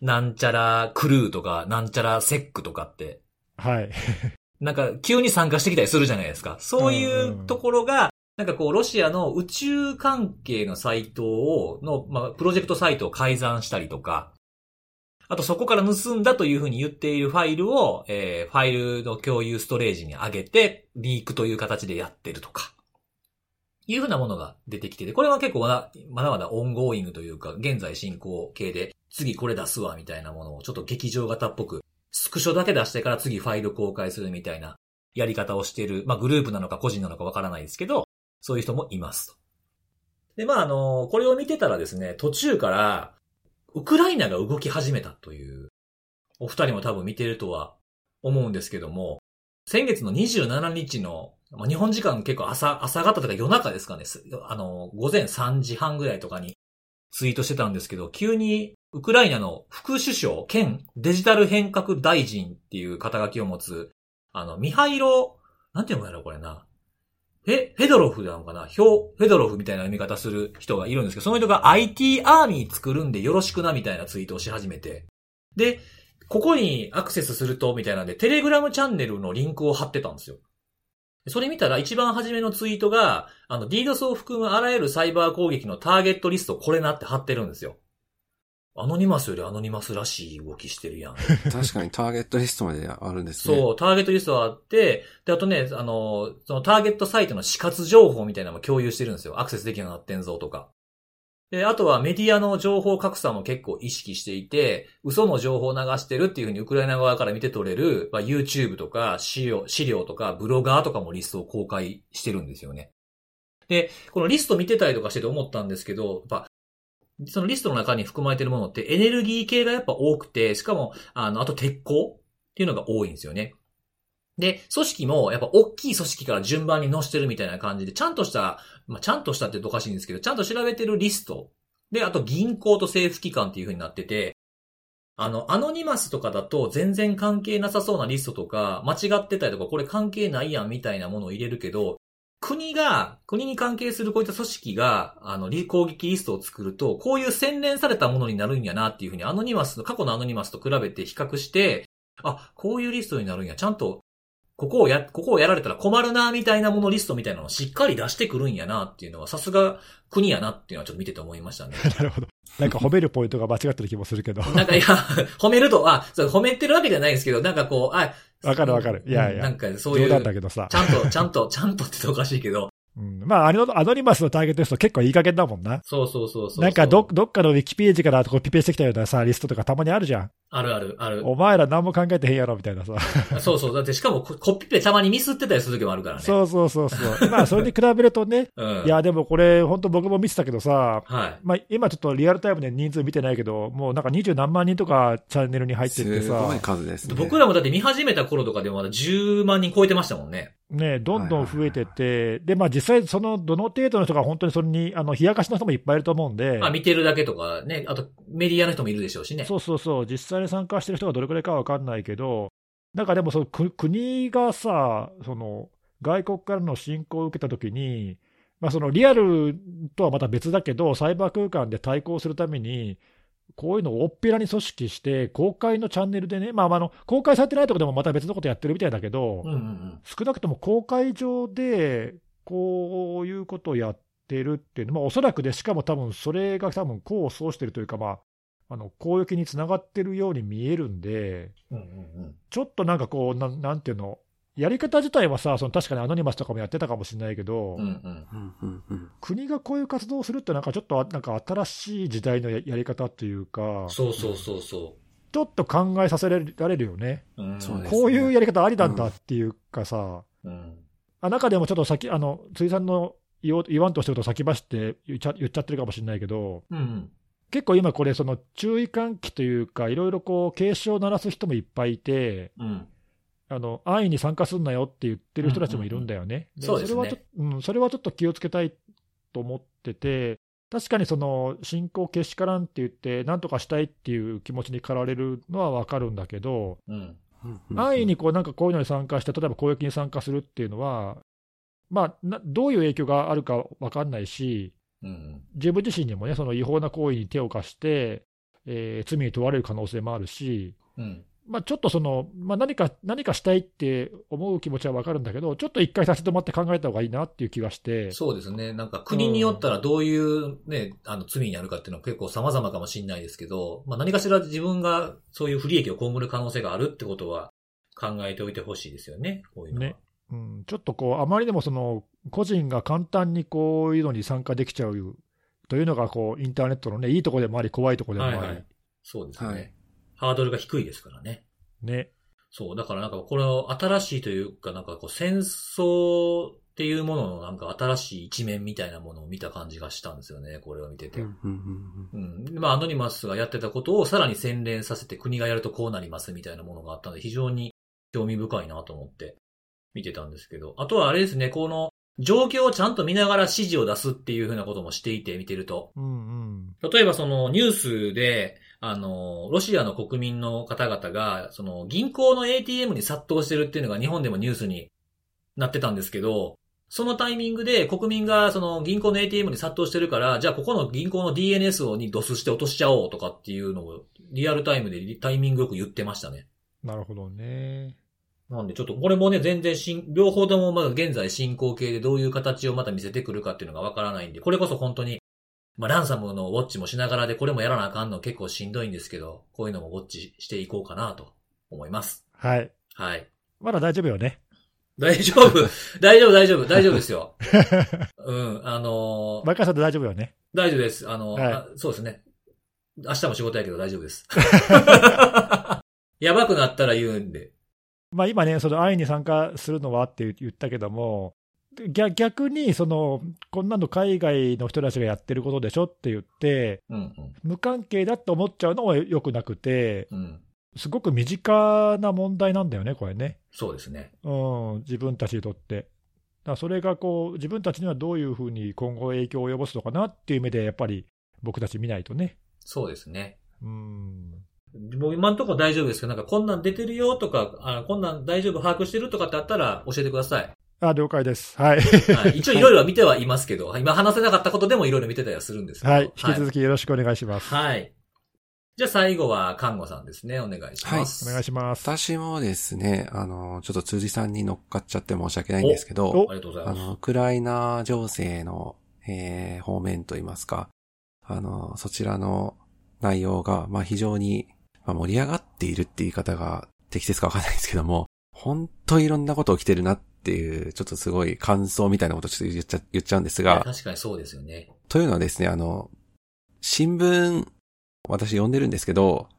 S1: なんちゃらクルーとか、なんちゃらセックとかって、
S2: はい。
S1: なんか急に参加してきたりするじゃないですか。そうい
S2: んう
S1: うんうところが、なんかこう、ロシアの宇宙関係のサイトを、の、まあ、プロジェクトサイトを改ざんしたりとか、あとそこから盗んだというふうに言っているファイルを、えーファイルの共有ストレージに上げて、リークという形でやってるとか、いうふうなものが出てきてて、これは結構まだ、まだまだオンゴーイングというか、現在進行形で、次これ出すわ、みたいなものを、ちょっと劇場型っぽく、スクショだけ出してから次ファイル公開するみたいなやり方をしている、まあグループなのか個人なのかわからないですけど、そういう人もいますと。で、まああの、これを見てたらですね、途中から、ウクライナが動き始めたという、お二人も多分見てるとは思うんですけども、先月の27日の、まあ、日本時間結構朝、朝方とか夜中ですかね、すあの、午前3時半ぐらいとかにツイートしてたんですけど、急にウクライナの副首相兼デジタル変革大臣っていう肩書きを持つ、あの、ミハイロ、なんて読むんやろこれな。え、フェドロフなのかなヒョ、フェドロフみたいな読み方する人がいるんですけど、その人が IT アーミー作るんでよろしくなみたいなツイートをし始めて。で、ここにアクセスすると、みたいなんで、テレグラムチャンネルのリンクを貼ってたんですよ。それ見たら一番初めのツイートが、あの、DDoS を含むあらゆるサイバー攻撃のターゲットリストこれなって貼ってるんですよ。アノニマスよりアノニマスらしい動きしてるやん。
S3: 確確かにターゲットリストまであるんですね。
S1: そう、ターゲットリストがあって、で、あとね、あの、そのターゲットサイトの死活情報みたいなのも共有してるんですよ。アクセスできるようになってんぞとか。で、あとはメディアの情報格差も結構意識していて、嘘の情報を流してるっていうふうにウクライナ側から見て取れる、まあ、YouTube とか資料、資料とかブロガーとかもリストを公開してるんですよね。で、このリスト見てたりとかしてて思ったんですけど、やっぱ、そのリストの中に含まれてるものってエネルギー系がやっぱ多くて、しかも、あの、あと鉄鋼っていうのが多いんですよね。で、組織もやっぱ大きい組織から順番に載してるみたいな感じで、ちゃんとした、まあ、ちゃんとしたって言うとおかしいんですけど、ちゃんと調べてるリスト。で、あと銀行と政府機関っていう風になってて、あの、アノニマスとかだと全然関係なさそうなリストとか、間違ってたりとか、これ関係ないやんみたいなものを入れるけど、国が、国に関係するこういった組織が、あの、リ攻撃リストを作ると、こういう洗練されたものになるんやなっていうふうに、アノニマスの、過去のアノニマスと比べて比較して、あ、こういうリストになるんや。ちゃんと、ここをや、ここをやられたら困るな、みたいなものリストみたいなのをしっかり出してくるんやな、っていうのは、さすが国やなっていうのはちょっと見てて思いました ね。
S2: なるほど。なんか褒めるポイントが間違ってる気もするけど。
S1: なんかいや、褒めると、あ、そう褒めてるわけじゃないですけど、なんかこう、あ、
S2: わかるわかるいやい
S1: う
S2: や
S1: んなんかそうい
S2: 冗
S1: う、
S2: 談だけどさ
S1: ち。ゃんと、ちゃんと、ちゃんとって言うとおかしいけど、
S2: うん、まあ、あの、アノニマスのターゲットリスト結構いい加減だもんな。
S1: そうそうそうそうそう。
S2: なんかど、どっかのウィキページからコピペしてきたようなさ、リストとかたまにあるじゃん。
S1: あるある、ある。
S2: お前ら何も考えてへんやろみたいなさ。
S1: そうそう。だってしかもココピペたまにミスってたりする時もあるからね。う。
S2: そうそうそうそう。まあ、それに比べるとね、
S1: うん。
S2: いや、でもこれ、本当僕も見てたけどさ、
S1: はい。
S2: まあ、今ちょっとリアルタイムで人数見てないけど、もうなんか二十何万人とかチャンネルに入ってって
S3: す
S2: さ
S3: ごい、数ですね。
S1: 僕らもだって見始めた頃とかでもまだ10万人超えてましたもんね。
S2: ね、どんどん増えてって、で、まあ実際、その、どの程度の人が本当にそれに、あの、冷やかしの人もいっぱいいると思うんで
S1: まあ、見てるだけとかね、あとメディアの人もいるでしょうしね。
S2: そうそうそう、実際に参加してる人がどれくらいかは分かんないけど、なんかでもそのく国がさ、その外国からの侵攻を受けたときに、まあ、そのリアルとはまた別だけど、サイバー空間で対抗するために、こういうのをおっぴらに組織して、公開のチャンネルでね、まあ、まああの公開されてないとこでもまた別のことやってるみたいだけど、
S1: うんうんうん。
S2: 少なくとも公開上で、こういうことをやってるっていうの、まあ、おそらくで、しかも多分それが多分功を奏してるというか、まあ、あの攻撃につながってるように見えるんで、
S1: うんうんうん。
S2: ちょっとなんかこう、なんなんていうの、やり方自体はさ、その確かにアノニマスとかもやってたかもしれないけど、
S1: うんうん。
S3: うんうんうん
S2: 国がこういう活動をするって、なんかちょっとあなんか新しい時代のややり方っていうか、
S1: そうそうそうそ
S2: ちょっと考えさせられられるよね、
S1: う。うん、
S3: そうですね
S2: こういうやり方ありなんだっていうかさ。
S1: うん。
S2: あ中でもちょっと先、あの、辻さんの言おう言わんとしてること先走って言っちゃ言っちゃってるかもしれないけど、
S1: うんうん。
S2: 結構今これ、その注意喚起というか、いろいろこう、警鐘を鳴らす人もいっぱいいて、
S1: うん。
S2: あの、安易に参加すんなよって言ってる人たちもいるんだよね。
S1: うんうんうんそうですね
S2: れはちょっと、うん、それはちょっと気をつけたいと思ってて、確かにその、信仰けしからんって言って、なんとかしたいっていう気持ちに駆られるのはわかるんだけど、
S1: うん。
S3: うんうん
S2: 安易にこうなんかこういうのに参加して、例えば攻撃に参加するっていうのは、まあ、などういう影響があるか分かんないし、
S1: うん。
S2: 自分自身にもね、その違法な行為に手を貸して、えー罪に問われる可能性もあるし、
S1: うん。
S2: まあ、ちょっとその、まあ、何か、何かしたいって思う気持ちはわかるんだけど、ちょっと一回立ち止まって考えた方がいいなっていう気がして、
S1: そうですね。なんか国によったらどういうね、あの罪になるかっていうのは結構様々かもしれないですけど、まあ何かしら自分がそういう不利益を被る可能性があるってことは考えておいてほしいですよね。こういうのは。
S2: ねうん、ちょっとこう、あまりでもその個人が簡単にこういうのに参加できちゃうというのがこう、インターネットの、ね、いいとこでもあり、怖いとこでもあり、
S1: はいはいそうですね、
S3: はい
S1: ハードルが低いですからね。
S2: ね、
S1: そう。だからなんかこれは新しいというか、なんかこう戦争っていうもののなんか新しい一面みたいなものを見た感じがしたんですよね。これを見てて。
S2: うん
S3: うんうん
S1: うん。まあ、アノニマスがやってたことをさらに洗練させて国がやるとこうなりますみたいなものがあったので、非常に興味深いなと思って見てたんですけど。あとはあれですね、この状況をちゃんと見ながら指示を出すっていうふうなこともしていて見てると。
S2: うんうん、
S1: 例えばそのニュースで、あの、ロシアの国民の方々が、その銀行の ATM に殺到してるっていうのが日本でもニュースになってたんですけど、そのタイミングで国民がその銀行の ATM に殺到してるから、じゃあここの銀行の DNS をにドスして落としちゃおうとかっていうのをリアルタイムでリタイミングよく言ってましたね。
S2: なるほどね。
S1: なんでちょっとこれもね、全然進、両方ともまだ現在進行形でどういう形をまた見せてくるかっていうのがわからないんで、これこそ本当に、まあランサムのウォッチもしながらでこれもやらなあかんの結構しんどいんですけど、こういうのもウォッチしていこうかなと思います。
S2: はい。
S1: はい。
S2: まだ大丈夫よね。
S1: 大丈 夫大丈夫大丈夫大丈夫ですよ。うん、あのー
S2: 若さで大丈夫よね。
S1: 大丈夫です。あのー、
S2: はい
S1: あそうですね。明日も仕事やけど大丈夫 です。やばくなったら言うんで。
S2: まあ、今ね、その愛に参加するのはって言ったけども、逆逆にその、こんなの海外の人たちがやってることでしょって言って、
S1: うん、
S2: 無関係だって思っちゃうのも良くなくて、
S1: うん、うん。
S2: すごく身近な問題なんだよね、これね、
S1: そうですね。
S2: うん、自分たちにとって。だからそれがこう自分たちにはどういうふうに今後影響を及ぼすのかなっていう目で、やっぱり僕たち見ないとね。
S1: そうですね。
S2: うん
S1: もう今んところ大丈夫ですけど、なんかこんなん出てるよとか、あこんなん大丈夫把握してるとかってあったら教えてください。
S2: あ了解です。はい。
S1: はい、一応いろいろは見てはいますけど、はい今話せなかったことでもいろいろ見てたりはするんですけど。
S2: はい。引き続きよろしくお願いします。
S1: はい。はい。じゃあ最後は看護さんですね。お願いします。
S2: お願いします。
S3: 私もですね、あの、ちょっと辻さんに乗っかっちゃって申し訳ないんですけ
S2: お
S3: ど、
S2: お
S1: ありがとうござい
S3: あ
S1: ます。
S3: の、ウクライナ情勢の、えー方面といいますか、あの、そちらの内容が、まあ、非常に、まあ、盛り上がっているって言い方が適切かわかんないですけども、本当いろんなこと起きてるなっていう、ちょっとすごい感想みたいなことちょっと言っちゃ、言っちゃうんですが、
S1: 確かにそうですよね。
S3: というのはですね、あの、新聞、私読んでるんですけど、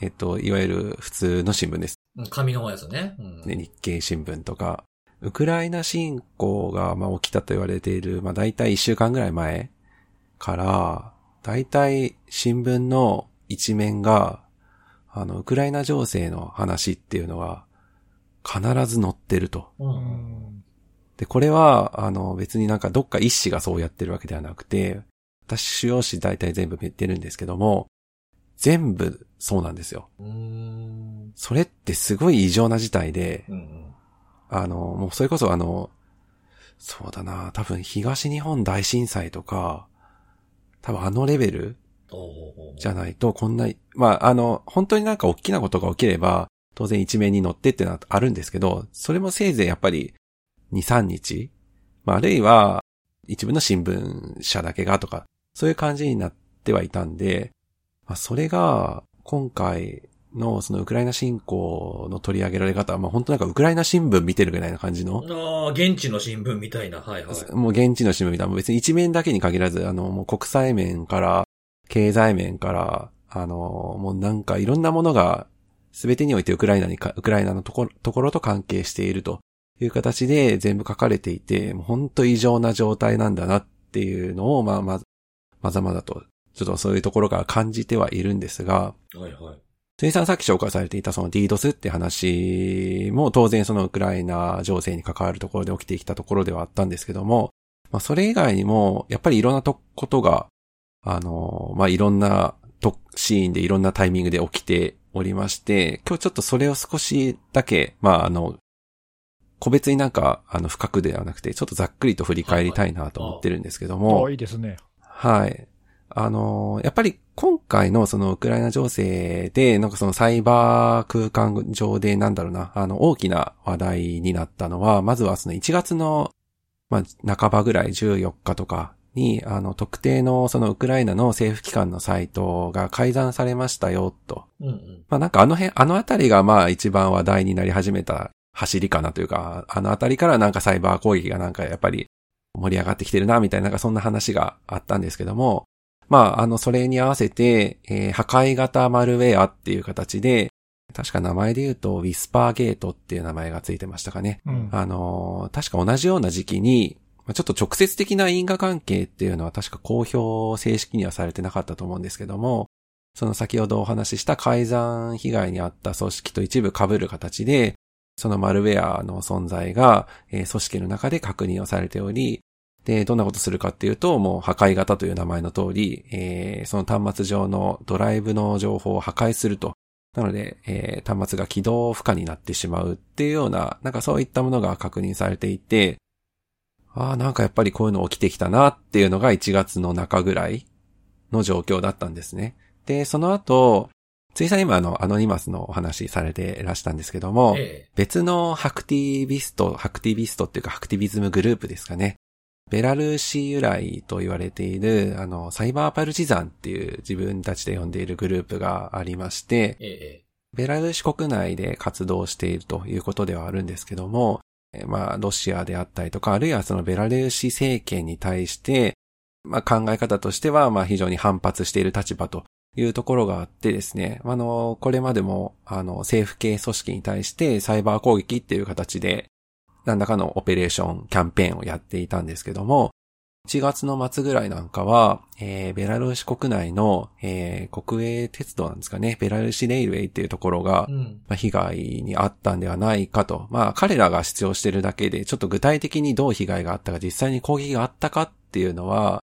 S3: えっと、いわゆる普通の新聞です
S1: うん紙の方ですよね。うん
S3: ね、日経新聞とか、ウクライナ侵攻が、まあ、起きたと言われている、まあ、大体1週間ぐらい前から、大体新聞の一面が、あの、ウクライナ情勢の話っていうのが、必ず載ってると。
S1: う
S2: うんん
S3: で、これは、あの、別になんかどっか一紙がそうやってるわけではなくて、私主要紙大体全部見てるんですけども、全部そうなんですよ。
S1: うーん。
S3: それってすごい異常な事態で、
S1: うんうん。
S3: あの、もうそれこそあの、そうだな、多分東日本大震災とか、多分あのレベル
S1: おうおうおう
S3: じゃないとこんな、まあ、あの、本当になんか大きなことが起きれば、当然一面に乗ってってのはあるんですけど、それもせいぜいやっぱり2、3日、まあ、あるいは一部の新聞社だけがとか、そういう感じになってはいたんで、まあ、それが今回のそのウクライナ侵攻の取り上げられ方は、まあ、本当なんかウクライナ新聞見てるぐらいな感じの、
S1: ああ、現地の新聞みたいな。はいはい。
S3: もう現地の新聞みたいな、もう別に一面だけに限らず、あの、もう国際面から、経済面から、あの、もうなんかいろんなものが、すべてにおいてウクライナにか、ウクライナのところ、ところと関係しているという形で全部書かれていて、もう本当異常な状態なんだなっていうのを、まあまあ、まざまざと、ちょっとそういうところから感じてはいるんですが、
S1: はいはい。
S3: 辻さんさっき紹介されていたその DDoS って話も当然そのウクライナ情勢に関わるところで起きてきたところではあったんですけども、まあそれ以外にも、やっぱりいろんなとことが、あの、まあいろんなとシーンでいろんなタイミングで起きておりまして、今日ちょっとそれを少しだけ、まああの、個別になんか、あの、深くではなくて、ちょっとざっくりと振り返りたいなと思ってるんですけども、
S2: おいいですね。
S3: はい。あのーやっぱり今回のそのウクライナ情勢で、なんかそのサイバー空間上でなんだろうな、あの大きな話題になったのは、まずはその1月の、まあ、半ばぐらい14日とかに、あの特定のそのウクライナの政府機関のサイトが改ざんされましたよ、と。
S1: うんうん。
S3: まあなんかあの辺、あの辺りがまあ一番話題になり始めた走りかなというか、あの辺りからなんかサイバー攻撃がなんかやっぱり盛り上がってきてるなみたいな、なんかそんな話があったんですけども、まああのそれに合わせて、えー破壊型マルウェアっていう形で、確か名前で言うとウィスパーゲートっていう名前がついてましたかね。
S2: うん。
S3: あのー確か同じような時期に、まあちょっと直接的な因果関係っていうのは確か公表正式にはされてなかったと思うんですけども、その先ほどお話しした改ざん被害に遭った組織と一部被る形で、そのマルウェアの存在が、えー組織の中で確認をされており、で、どんなことするかっていうと、もう破壊型という名前の通り、えーその端末上のドライブの情報を破壊するとなので、えー端末が起動不可になってしまうっていうような、なんかそういったものが確認されていて、ああ、なんかやっぱりこういうの起きてきたなっていうのが1月の中ぐらいの状況だったんですね。で、その後、ついさん今あの、アノニマスのお話されていらしたんですけども、
S1: え
S3: 別のハクティビスト、ハクティビストっていうかハクティビズムグループですかね。ベラルーシ由来と言われている、あの、サイバーパルチザンっていう自分たちで呼んでいるグループがありまして
S1: え、ええ
S3: ベラルーシ国内で活動しているということではあるんですけども、えーまあ、ロシアであったりとか、あるいはそのベラルーシ政権に対して、まあ、考え方としては、まあ、非常に反発している立場というところがあってですね、あの、これまでも、あの、政府系組織に対してサイバー攻撃っていう形で、何らかのオペレーション、キャンペーンをやっていたんですけども、1月の末ぐらいなんかは、えーベラルーシ国内の、えー国営鉄道なんですかね、ベラルーシレイルウェイっていうところが
S1: う、ん。
S3: まあ被害に遭ったんではないかと。まあ彼らが主張してるだけで、ちょっと具体的にどう被害があったか、実際に攻撃があったかっていうのは、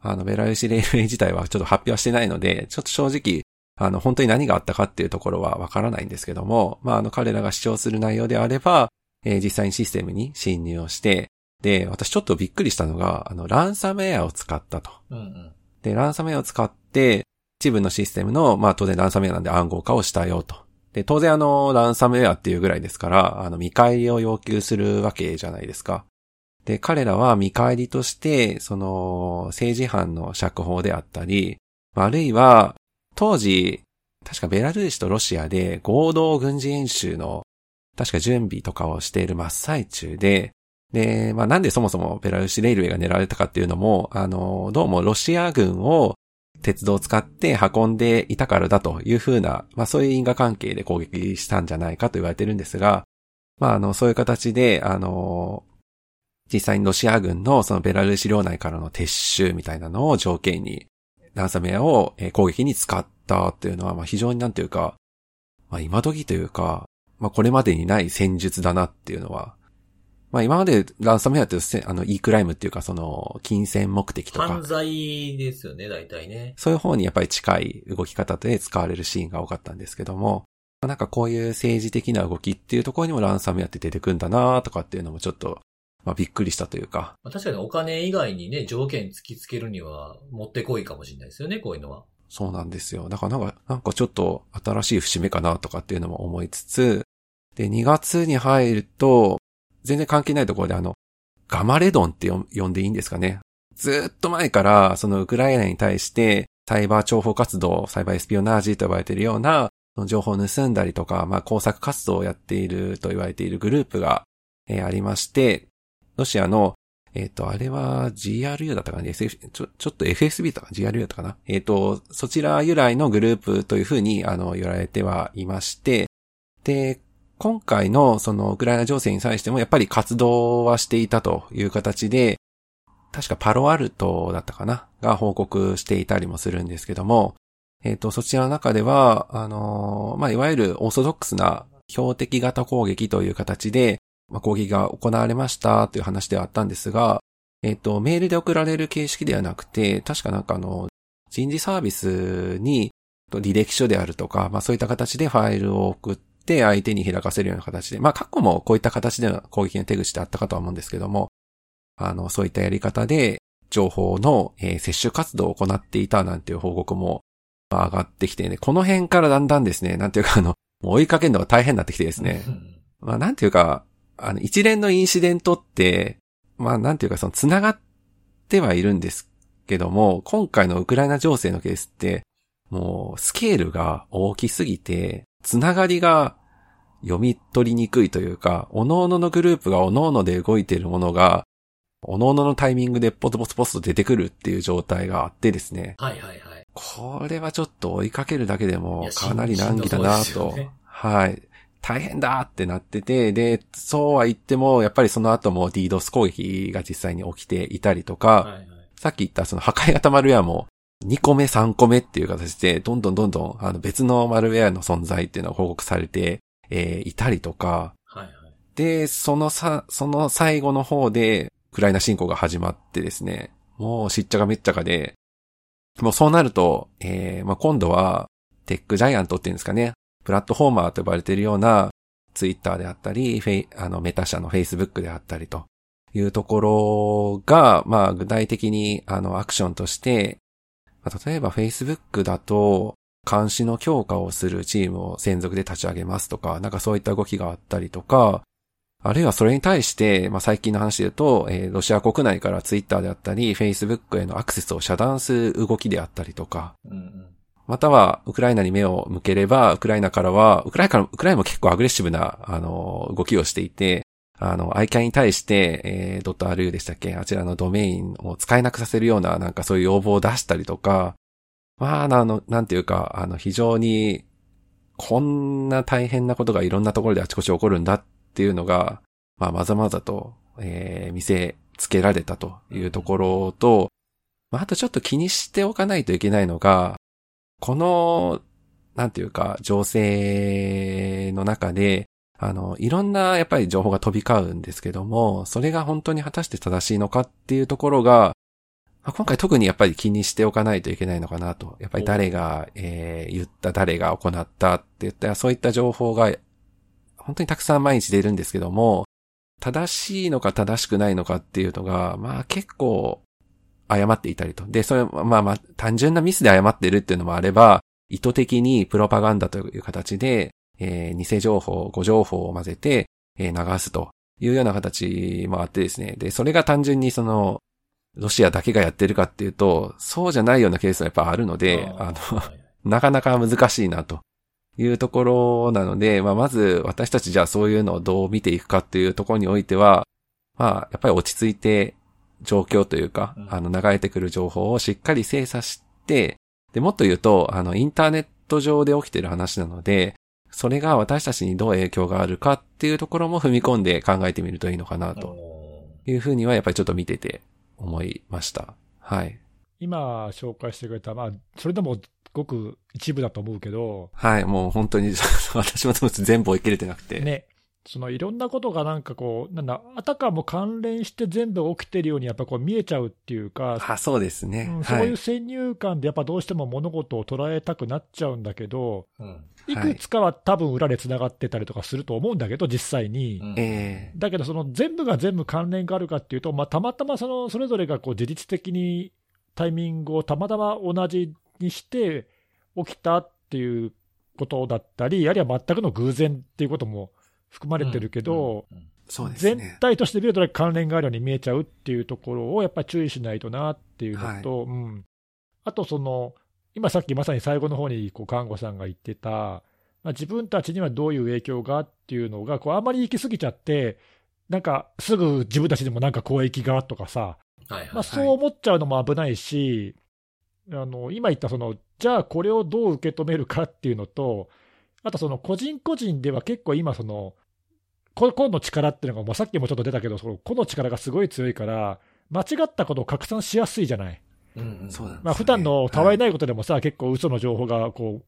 S3: あの、ベラルーシレイルウェイ自体はちょっと発表はしてないので、ちょっと正直、あの、本当に何があったかっていうところはわからないんですけども、まああの彼らが主張する内容であれば、えー実際にシステムに侵入をして、で、私ちょっとびっくりしたのが、あの、ランサムウェアを使ったと。
S1: うんうん。
S3: で、ランサムウェアを使って、一部のシステムの、まあ当然ランサムウェアなんで暗号化をしたよと。で、当然あの、ランサムウェアっていうぐらいですから、あの、見返りを要求するわけじゃないですか。で、彼らは見返りとして、その、政治犯の釈放であったり、まああるいは、当時、確かベラルーシとロシアで合同軍事演習の、確か準備とかをしている真っ最中で、で、まあなんでそもそもベラルーシレイルウェイが狙われたかっていうのも、あの、どうもロシア軍を鉄道を使って運んでいたからだというふうな、まあそういう因果関係で攻撃したんじゃないかと言われてるんですが、まああの、そういう形で、あの、実際にロシア軍のそのベラルーシ領内からの撤収みたいなのを条件に、ランサムウェアをえー攻撃に使ったっていうのは、まあ非常になんていうか、まあ今時というか、まあこれまでにない戦術だなっていうのはまあ今までランサムウェアってせ、あの、e クライムっていうか、その、金銭目的とか
S1: 犯、罪ですよね、大体ね。
S3: そういう方にやっぱり近い動き方で使われるシーンが多かったんですけども、まあなんかこういう政治的な動きっていうところにもランサムウェアって出てくんだなとかっていうのもちょっと、まあびっくりしたというか、
S1: まあ確かにお金以外にね、条件突きつけるには、もってこいかもしれないですよね、こういうのは。
S3: そうなんですよ。だからなんか、なんかちょっと新しい節目かなとかっていうのも思いつつ、で、2月に入ると、全然関係ないところであの、ガマレドンってよ呼んでいいんですかね。ずーっと前から、そのウクライナに対して、サイバー諜報活動、サイバーエスピオナージーと呼ばれているような、その情報を盗んだりとか、まあ工作活動をやっていると言われているグループが、えーありまして、ロシアの、えっ、と、あれは GRU だったかな SF ちょ、ちょっと FSB だったかな ?GRU だったかなえっ、と、そちら由来のグループというふうに、あの、言われてはいまして、で、今回のそのウクライナ情勢に際してもやっぱり活動はしていたという形で、確かパロアルトだったかなが報告していたりもするんですけども、えっ、と、そちらの中では、あのまあ、いわゆるオーソドックスな標的型攻撃という形で、まあ、攻撃が行われましたという話ではあったんですが、えっ、と、メールで送られる形式ではなくて、確かなんかあの、人事サービスに、と履歴書であるとか、まあそういった形でファイルを送って相手に開かせるような形で、まあ過去もこういった形での攻撃の手口であったかとは思うんですけども、あの、そういったやり方で情報の、えー接種活動を行っていたなんていう報告も、まあ、上がってきてね、この辺からだんだんですね、なんていうかあの、もう追いかけるのが大変になってきてですね
S1: う、ん
S3: まあなんていうか、あの、一連のインシデントって、まあなんていうかその繋がってはいるんですけども、今回のウクライナ情勢のケースって、もうスケールが大きすぎて、繋がりが読み取りにくいというか、各々のグループが各々で動いているものが、各々のタイミングでポツポツポツと出てくるっていう状態があってですね。
S1: はいはいはい。
S3: これはちょっと追いかけるだけで
S1: い
S3: も
S1: や
S3: かなり難儀だな
S1: しんどそう
S3: と、
S1: ですよね
S3: はい。大変だってなってて、で、そうは言っても、やっぱりその後も DDoS 攻撃が実際に起きていたりとか、
S1: はいはい。
S3: さっき言ったその破壊型マルウェアも2個目3個目っていう形で、どんどんどんどんあの別のマルウェアの存在っていうのが報告されて、えーいたりとか、
S1: はいはい。
S3: で、そのさ、その最後の方で、ウクライナ侵攻が始まってですね、もうしっちゃかめっちゃかで、もうそうなると、えー、まあ、今度は、テックジャイアントっていうんですかね、プラットフォーマーと呼ばれているような、ツイッターであったり、フェイ、あの、メタ社のフェイスブックであったりというところが、まあ、具体的に、あの、アクションとして、まあ例えばフェイスブックだと、監視の強化をするチームを専属で立ち上げますとか、なんかそういった動きがあったりとか、あるいはそれに対して、まあ、最近の話で言うと、えーロシア国内からツイッターであったり、フェイスブックへのアクセスを遮断する動きであったりとか、
S1: うんうん。
S3: または、ウクライナに目を向ければ、ウクライナからは、ウクライナから、ウクライナも結構アグレッシブな、あの、動きをしていて、あの、ICANN に対して、えー、.ru でしたっけあちらのドメインを使えなくさせるような、なんかそういう要望を出したりとか、まあ、あの、なんていうか、あの、非常に、こんな大変なことがいろんなところであちこち起こるんだっていうのが、まあ、まざまざと、えー見せつけられたというところと、まあ、あとちょっと気にしておかないといけないのが、この、なんていうか、情勢の中で、あの、いろんな、やっぱり情報が飛び交うんですけども、それが本当に果たして正しいのかっていうところが、まあ今回特にやっぱり気にしておかないといけないのかなと。やっぱり誰が、えー言った、誰が行ったって言った、そういった情報が、本当にたくさん毎日出るんですけども、正しいのか正しくないのかっていうのが、まあ結構誤っていたりと。で、それ、まあまあ、単純なミスで誤ってるっていうのもあれば、意図的にプロパガンダという形で、えー偽情報、誤情報を混ぜて、えー流すというような形もあってですね。で、それが単純にその、ロシアだけがやってるかっていうと、そうじゃないようなケースはやっぱあるので、あ
S1: ー
S3: の、
S1: はいはい
S3: なかなか難しいなというところなので、まあ、まず私たちじゃあそういうのをどう見ていくかっていうところにおいては、まあ、やっぱり落ち着いて状況というか
S1: う、ん
S3: あの、流れてくる情報をしっかり精査して、で、もっと言うと、あの、インターネット上で起きてる話なので、それが私たちにどう影響があるかっていうところも踏み込んで考えてみるといいのかなというふうにはやっぱりちょっと見てて思いました。はい。
S2: 今紹介してくれた、まあ、それでもごく一部だと思うけど、
S3: はい、もう本当に 私も全部追い切れてなくて。
S2: ね、そのいろんなことがなんかこう、なんだ、あたかも関連して全部起きてるように、やっぱこう見えちゃうっていうか、
S3: あ、そうですね。
S2: うんそう。
S3: はいいう
S2: 先入観で、やっぱどうしても物事を捉えたくなっちゃうんだけど、
S1: うん
S2: いくつかは多分裏でつながってたりとかすると思うんだけど、実際に。
S1: うん
S3: ええ
S2: だけど、その全部が全部関連があるかっていうと、まあ、たまたまそのそれぞれがこう自律的にタイミングをたまたま同じにして起きたっていうことだったり、あるいは全くの偶然っていうことも含まれてるけど、、
S1: うんうん
S3: そうです
S2: 全
S3: ね。
S2: 体として見ると関連があるように見えちゃうっていうところをやっぱり注意しないとなっていうのと、うん、あとその、今さっきまさに最後の方にこう看護さんが言ってた、まあ自分たちにはどういう影響がっていうのが、こうあんまり行き過ぎちゃって、なんかすぐ自分たちでもなんか公益がとかさ、
S1: はいはい
S2: まあ、そう思っちゃうのも危ないし、あの今言ったその、じゃあこれをどう受け止めるかっていうのと、あとその個人個人では結構今その、こ個の力っていうのが、もうさっきもちょっと出たけど、その個の力がすごい強いから、間違ったことを拡散しやすいじゃない。
S1: うんうん
S3: そうなんです
S2: まあ普段のたわいないことでもさ、結構嘘の情報がこう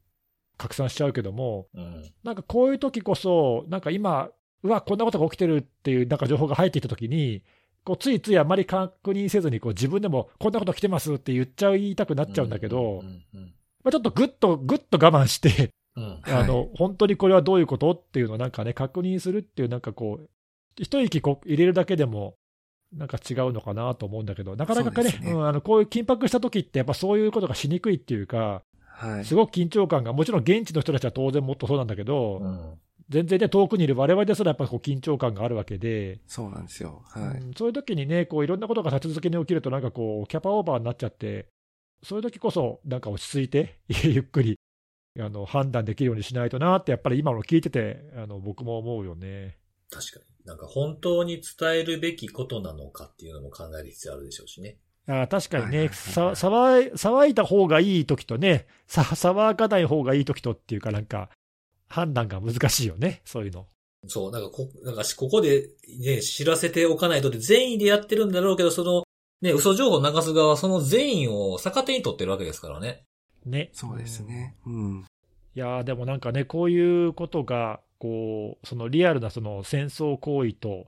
S2: 拡散しちゃうけども、
S1: うん
S2: なんかこういう時こそ、なんか今、うわ、こんなことが起きてるっていう、なんか情報が入ってきたときに、こうついついあまり確認せずにこう、自分でもこんなこと来てますって言っちゃう、言いたくなっちゃうんだけど、
S1: うんうん
S2: まあ、ちょっとぐっと、ぐっと我慢して、
S1: うんうん
S3: はい
S2: あの本当にこれはどういうことっていうのをなんかね、確認するっていう、なんかこう、一息こう入れるだけでも、なんか違うのかなと思うんだけど、なかなかね、
S3: そうですね
S2: うん、あのこういう緊迫した時って、やっぱそういうことがしにくいっていうか、
S3: はい。
S2: すごく緊張感が、もちろん現地の人たちは当然もっとそうなんだけど、
S1: うん。
S2: 全然ね、遠くにいる我々ですら、やっぱこう緊張感があるわけで、
S3: そうなんですよ。は
S2: う
S3: い。
S2: んそういう時にね、こういろんなことが立ち続けに起きると、なんかこう、キャパオーバーになっちゃって、そういう時こそ、なんか落ち着いて、 ゆっくりあの判断できるようにしないとなって、やっぱり今の聞いてて、あの僕も思うよね。
S1: 確かに。なんか本当に伝えるべきことなのかっていうのも考える必要あるでしょうしね。
S2: あー確かに
S3: はいはい
S2: ね、
S3: はい
S2: さ騒い騒いだ方がいい時とね、さ騒がない方がいい時とっていうか、なんか、判断が難しいよね、そういうの。
S1: そう、なんかこ、なんかしここでね、知らせておかないとって善意でやってるんだろうけど、その、ね、嘘情報を流す側はその善意を逆手に取ってるわけですからね。
S2: ね。
S3: そうですね。うん。
S2: いやーでもなんかね、こういうことが、こう、そのリアルなその戦争行為と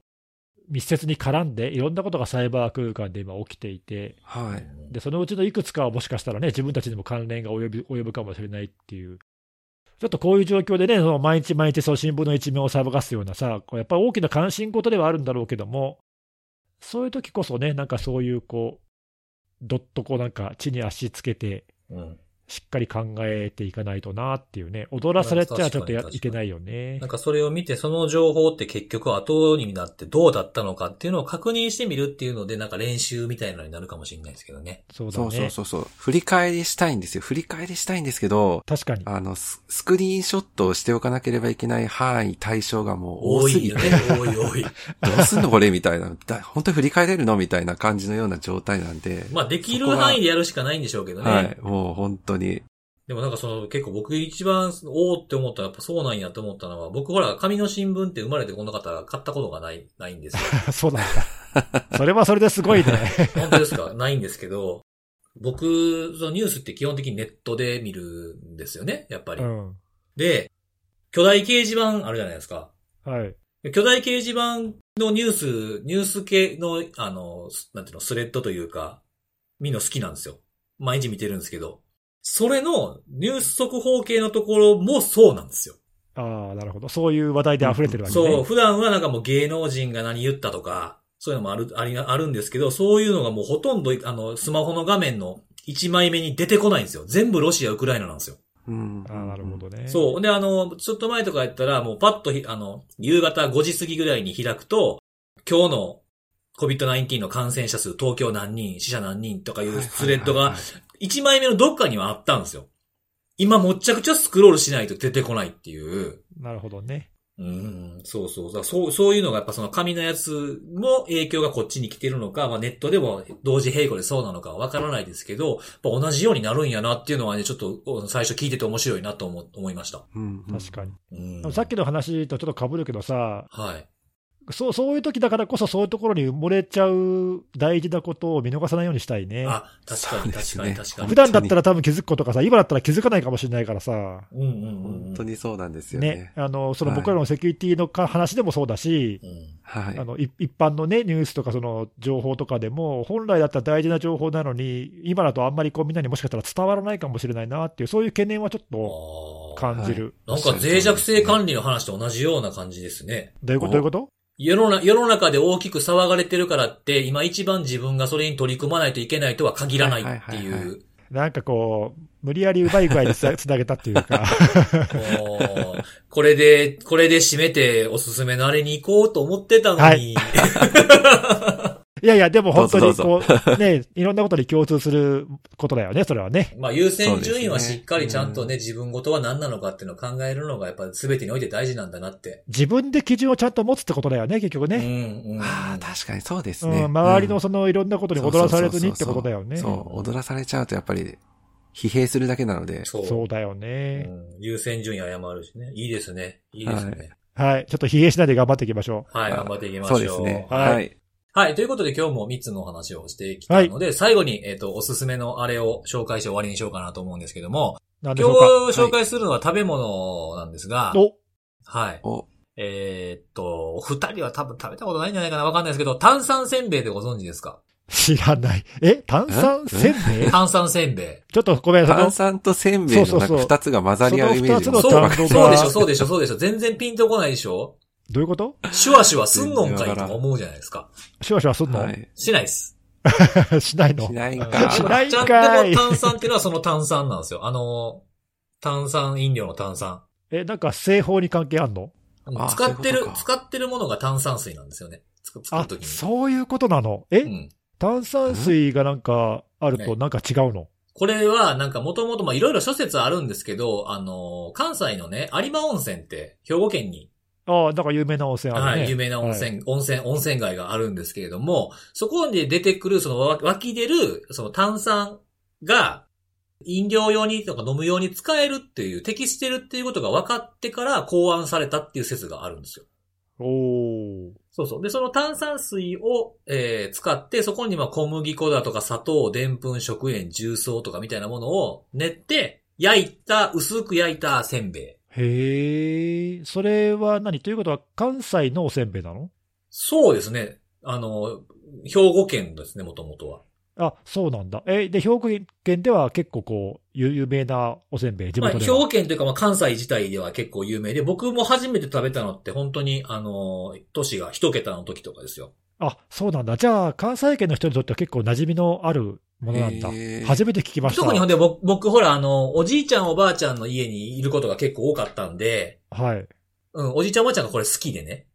S2: 密接に絡んで、いろんなことがサイバー空間で今起きていて、
S3: は。。
S1: はい
S2: で、そのうちのいくつかはもしかしたらね、自分たちにも関連が及ぶ及ぶかもしれないっていう。ちょっとこういう状況でね、その毎日毎日その新聞の一面を騒がすようなさ、こうやっぱり大きな関心事ではあるんだろうけども、そういう時こそね、なんかそういうこう、どっとこうなんか地に足つけて、
S1: うん。
S2: しっかり考えていかないとなっていうね、踊らされちゃちょっと
S1: 確かに
S2: や
S1: 確かに
S2: いけないよね
S1: なん。かそれを見て、その情報って結局後になってどうだったのかっていうのを確認してみるっていうので、なんか練習みたいなのになるかもしれないですけどね。
S2: そうだ
S3: そうそ
S2: ね
S3: う。そうそう。振り返りしたいんですよ。振り返りしたいんですけど、
S2: 確かに。
S3: あの、ススクリーンショットをしておかなければいけない範囲、対象がもう多
S1: 多
S3: す
S1: い
S3: ぎ
S1: よ
S3: て、
S1: ね。多い多い。
S3: どうすんのこれみたいな。だ本当に振り返れるのみたいな感じのような状態なんで。
S1: まあ、でき
S3: そ
S1: る
S3: こが
S1: 範囲でやるしかないんでしょうけどね。
S3: はい。もう本当に。
S1: でもなんかその結構僕一番おーって思ったのはやっぱそうなんやと思ったのは、僕ほら紙の新聞って生まれてこの方買ったことがない、ないんですよ。
S2: そうなんだ。 それはそれですごいね。
S1: 本当ですか ないんですけど、僕、そのニュースって基本的にネットで見るんですよね、やっぱり。
S2: うん。
S1: で、巨大掲示板あるじゃないですか。
S2: はい。
S1: 巨大掲示板のニュース、ニュース系の、あの、すなんていうの、スレッドというか、見るの好きなんですよ。毎日見てるんですけど。それのニュース速報系のところもそうなんですよ。
S2: ああ、なるほど。そういう話題で溢れてるわけね。
S1: そう、普段はなんかもう芸能人が何言ったとか、そういうのもある、あり、あるんですけど、そういうのがもうほとんど、あの、スマホの画面の1枚目に出てこないんですよ。全部ロシア、ウクライナなんですよ。
S3: うん。
S2: ああ、なるほどね。
S1: そう。で、あの、ちょっと前とかやったら、もうパッとひ、あの、夕方5時過ぎぐらいに開くと、今日の COVID-19 の感染者数、東京何人、死者何人とか
S3: う
S1: い
S3: ん。
S1: うスレッド
S3: はい
S1: が
S3: はいはいはい
S1: 1枚目のどっかにはあったんですよ。今、もっちゃくちゃスクロールしないと出てこないっていう。
S2: なるほどね。
S1: うん、そうそう。だからそう、そういうのがやっぱその紙のやつも影響がこっちに来てるのか、まあネットでも同時並行でそうなのかはわからないですけど、やっぱ同じようになるんやなっていうのはね、ちょっとお最初聞いてて面白いなと思思いました。
S3: うんうん
S2: 確かに。
S1: うん
S2: でもさっきの話とちょっと被るけどさ、
S1: はい。
S2: そう、そういう時だからこそそういうところに埋もれちゃう大事なことを見逃さないようにしたいね。
S1: あ、確か
S3: そう
S1: に
S3: です
S1: 確か
S3: ね
S1: に確かに
S2: 普。段だったら多分気づくことがさ、今だったら気づかないかもしれないからさ、
S1: うんうんうん。
S3: 本当。にそうなんですよ
S2: ね
S3: ね、。
S2: あの、その僕らのセキュリティのか話でもそうだし、
S1: うん。
S3: はい
S2: あ。のい一般の、ね、ニュースとかその情報とかでも、本来だったら大事な情報なのに、今だとあんまりこうみんなにもしかしたら伝わらないかもしれないなっていう、そういう懸念はちょっと
S1: あ
S2: 感じる。
S1: あ。なんか脆弱性管理の話と同じような感じですね。
S2: どういうことどういうこと
S1: 世の中世の中で大きく騒がれてるからって、今一番自分がそれに取り組まないといけないとは限らないってい
S3: はいはいはいは
S1: う。
S2: なんかこう、無理やりうまい具合に つなつなげたっていうか、
S1: もう これで、これで締めておすすめのあれに行こうと思ってたのに。
S2: いやいや、でも本当
S3: どう
S2: に
S3: ぞ
S2: こう、ね、いろんなことに共通することだよね、それはね。
S1: まあ優先順位は
S3: そうです
S1: し
S3: ね
S1: っかりちゃんとね、自分事は何なのかっていうのを考えるのがやっぱり全てにおいて大事なんだなって。
S2: 自分で基準をちゃんと持つってことだよね、結局ね。
S1: うんうん。
S3: ああ、確かにそうです
S2: うん
S3: ね。
S2: 周りの
S3: うん
S2: そのいろんなことに踊らされずにってことだよね。
S3: そうそうそうそう、踊らされちゃうとやっぱり、疲弊するだけなので。
S1: そう。
S2: そうだよね。
S1: うん優先順位誤るしね。いいですね。いいですね。
S2: はい。ちょっと疲弊しないで頑張っていきましょう。
S1: はい、
S3: あ
S1: 頑張っていきましょ。
S3: そううですね。
S2: はい
S3: はい。
S1: はい、ということで今日も3つのお話をしてきたので、最後に、えっ、と、おすすめのあれを紹介して終わりにしようかなと思うんですけども、
S2: なんでし
S1: 今
S2: ょ
S1: 日
S2: うか。
S1: 紹介するのは食べ物なんですが、
S2: お
S1: はい。
S3: お、
S1: えーっと、お二人は多分食べたことないんじゃないかなわかんないですけど、炭酸せんべいでご存知ですか
S2: 知らない。え炭酸せんべい
S1: 炭酸せんべ
S2: ちょっとごめんなさい。
S3: 炭酸とせんべいの
S2: そう
S3: なん
S2: そう
S3: か
S2: そう
S3: 二つが混ざり合うイメージ
S1: い。
S2: そ
S1: そうう
S2: な、んだ
S1: そうでしょ、そうでしょ。全然ピンとこないでしょ
S2: どういうこと
S1: シュワシュワすんのんかいとか思うじゃないですか。
S2: シュワシュワすんの、
S3: はい。
S1: しないです。
S2: しないの
S3: しないん
S2: し
S3: か。
S2: ないん
S1: ちゃん
S2: かい
S1: でも炭酸っていうのはその炭酸なんですよ。あの、炭酸飲料の炭酸。
S2: え、なんか製法に関係あんの
S3: あ
S1: 使って
S3: そうい
S1: る
S3: うこ、とか
S1: 使ってるものが炭酸水なんですよね。作作
S2: あ
S1: るとき、に。
S2: そういうことなの。え、
S1: うん。
S2: 炭酸水がなんかある
S1: ね
S2: となんか違うの、
S1: これは、なんかもともと、まあ、いろいろ諸説あるんですけど、あの、関西のね、有馬温泉って、兵庫県に、
S2: ああ、なんか有名な温泉あるね。
S1: はい、有名な温泉、温泉、温泉街があるんですけれども、そこに出てくる、その、わ湧き出る、その炭酸が、飲料用にとか飲む用に使えるっていう、適してるっていうことが分かってから考案されたっていう説があるんですよ。
S2: おおー。
S1: そうそう。で、その炭酸水を、えー使って、そこにまあ小麦粉だとか砂糖、でんぷん、食塩、重曹とかみたいなものを練って、焼いた、薄く焼いたせんべい。
S2: へえ、それは何ということは関西のおせんべいなの
S1: そうですね。あの、兵庫県ですね、もともとは。
S2: あ、そうなんだ。え、で、兵庫県では結構こう、有有名なおせんべい、地
S1: まあ、
S2: 元
S1: 兵
S2: では。
S1: 庫県というか、まあ、関西自体では結構有名で、僕も初めて食べたのって本当に、あの、都市が一桁の時とかですよ。
S2: あ、そうなんだ。じゃあ、関西圏の人にとっては結構馴染みのあるものなんだ
S3: へー。
S2: 初めて聞きました。
S1: 特にほんで僕、僕ほら、あの、おじいちゃんおばあちゃんの家にいることが結構多かったんで、
S2: はい。
S1: うん、おじいちゃんおばあちゃんがこれ好きでね。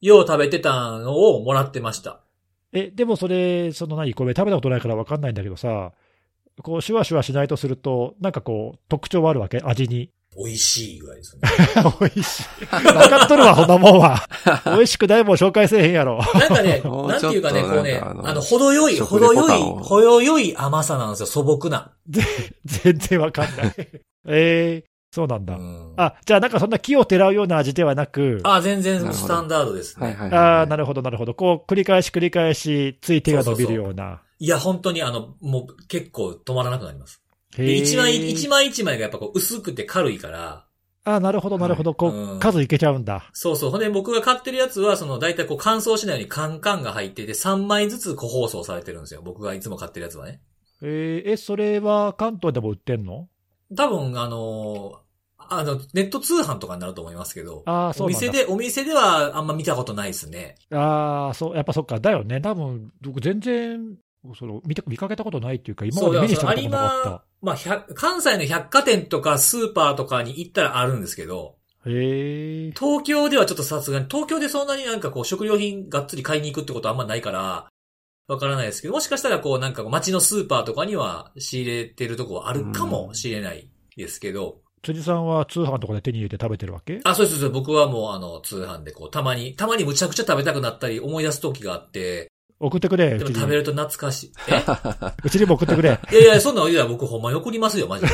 S1: よう食べてたのをもらってました。
S2: え、でもそれ、その何、これ食べたことないから分かんないんだけどさ、こう、シュワシュワしないとすると、なんかこう、特徴はあるわけ味に。
S1: 美味しいぐらいですね。
S2: 美味しい。分かっとるわ、そんなもんは。美味しくないもん紹介せえへんやろ。
S1: なんかね、
S3: もう
S1: なんていうかね、
S3: ちょっ
S1: ことうね、
S3: なんかあの
S1: あの、程よい、
S3: 食
S1: 程
S3: レポ
S1: よ
S3: 感
S1: い、
S3: を
S1: 程よい甘さなんですよ、素朴な。
S2: 全然分かんない。 えー、そうなん
S1: う
S2: だ。
S1: ん、あ
S2: あ、じゃあなんかそんな木をてらうような味ではなく、あ
S1: 全然
S3: なるほど
S1: スタンダードですね。
S3: はいはいはい。
S2: あー、なるほど、なるほど。こう、繰り返し繰り返し、つい手が伸びるような。
S1: いや、本当にあの、もう結構止まらなくなります。
S2: へ
S1: で
S2: ー
S1: 一枚、一枚一枚がやっぱこう薄くて軽いから、
S2: あーなるほど、なるほど。こ
S1: うん
S2: う、数いけちゃうんだ。
S1: そうそう。ほんで僕が買ってるやつは、その大体こう乾燥しないようにカンカンが入ってて3枚ずつ個包装されてるんですよ。僕がいつも買ってるやつはね。
S2: えーえ、それは関東でも売ってんの
S1: 多分、あのーあの、ネット通販とかになると思いますけど、
S2: ああ、
S1: お
S2: そうなんだ。
S1: 店で、お店ではあんま見たことないですね。
S2: ああ、そう、やっぱそっか。だよね。多分、僕全然、その見た見かけたことないっていうか、今まで
S1: だか
S2: 目に
S1: ら
S2: した
S1: そ
S2: こ
S1: の
S2: と
S1: 有
S2: もなかっ
S1: 馬、まあ、百関西の百貨店とかスーパーとかに行ったらあるんですけど、
S2: た。へえ。
S1: 東京ではちょっとさすがに、東京でそんなになんかこう食料品がっつり買いに行くってことはあんまないから、わからないですけど、もしかしたらこうなんかこう街のスーパーとかには仕入れてるとこはあるかもしれないですけど、
S2: 辻さんは通販とかで手に入れて食べてるわけ
S1: あ、そうですそうです。僕はもうあの、通販でこう、たまに、たまにむちゃくちゃ食べたくなったり思い出す時があって、
S2: 送ってくれ。
S1: で
S2: う
S1: も
S2: ち
S1: 食べ
S2: に
S1: ると懐かし い。え
S2: うちにも送ってくれ。
S1: いやいや、そんなの言うたら僕ほんまに送りますよ、マジで。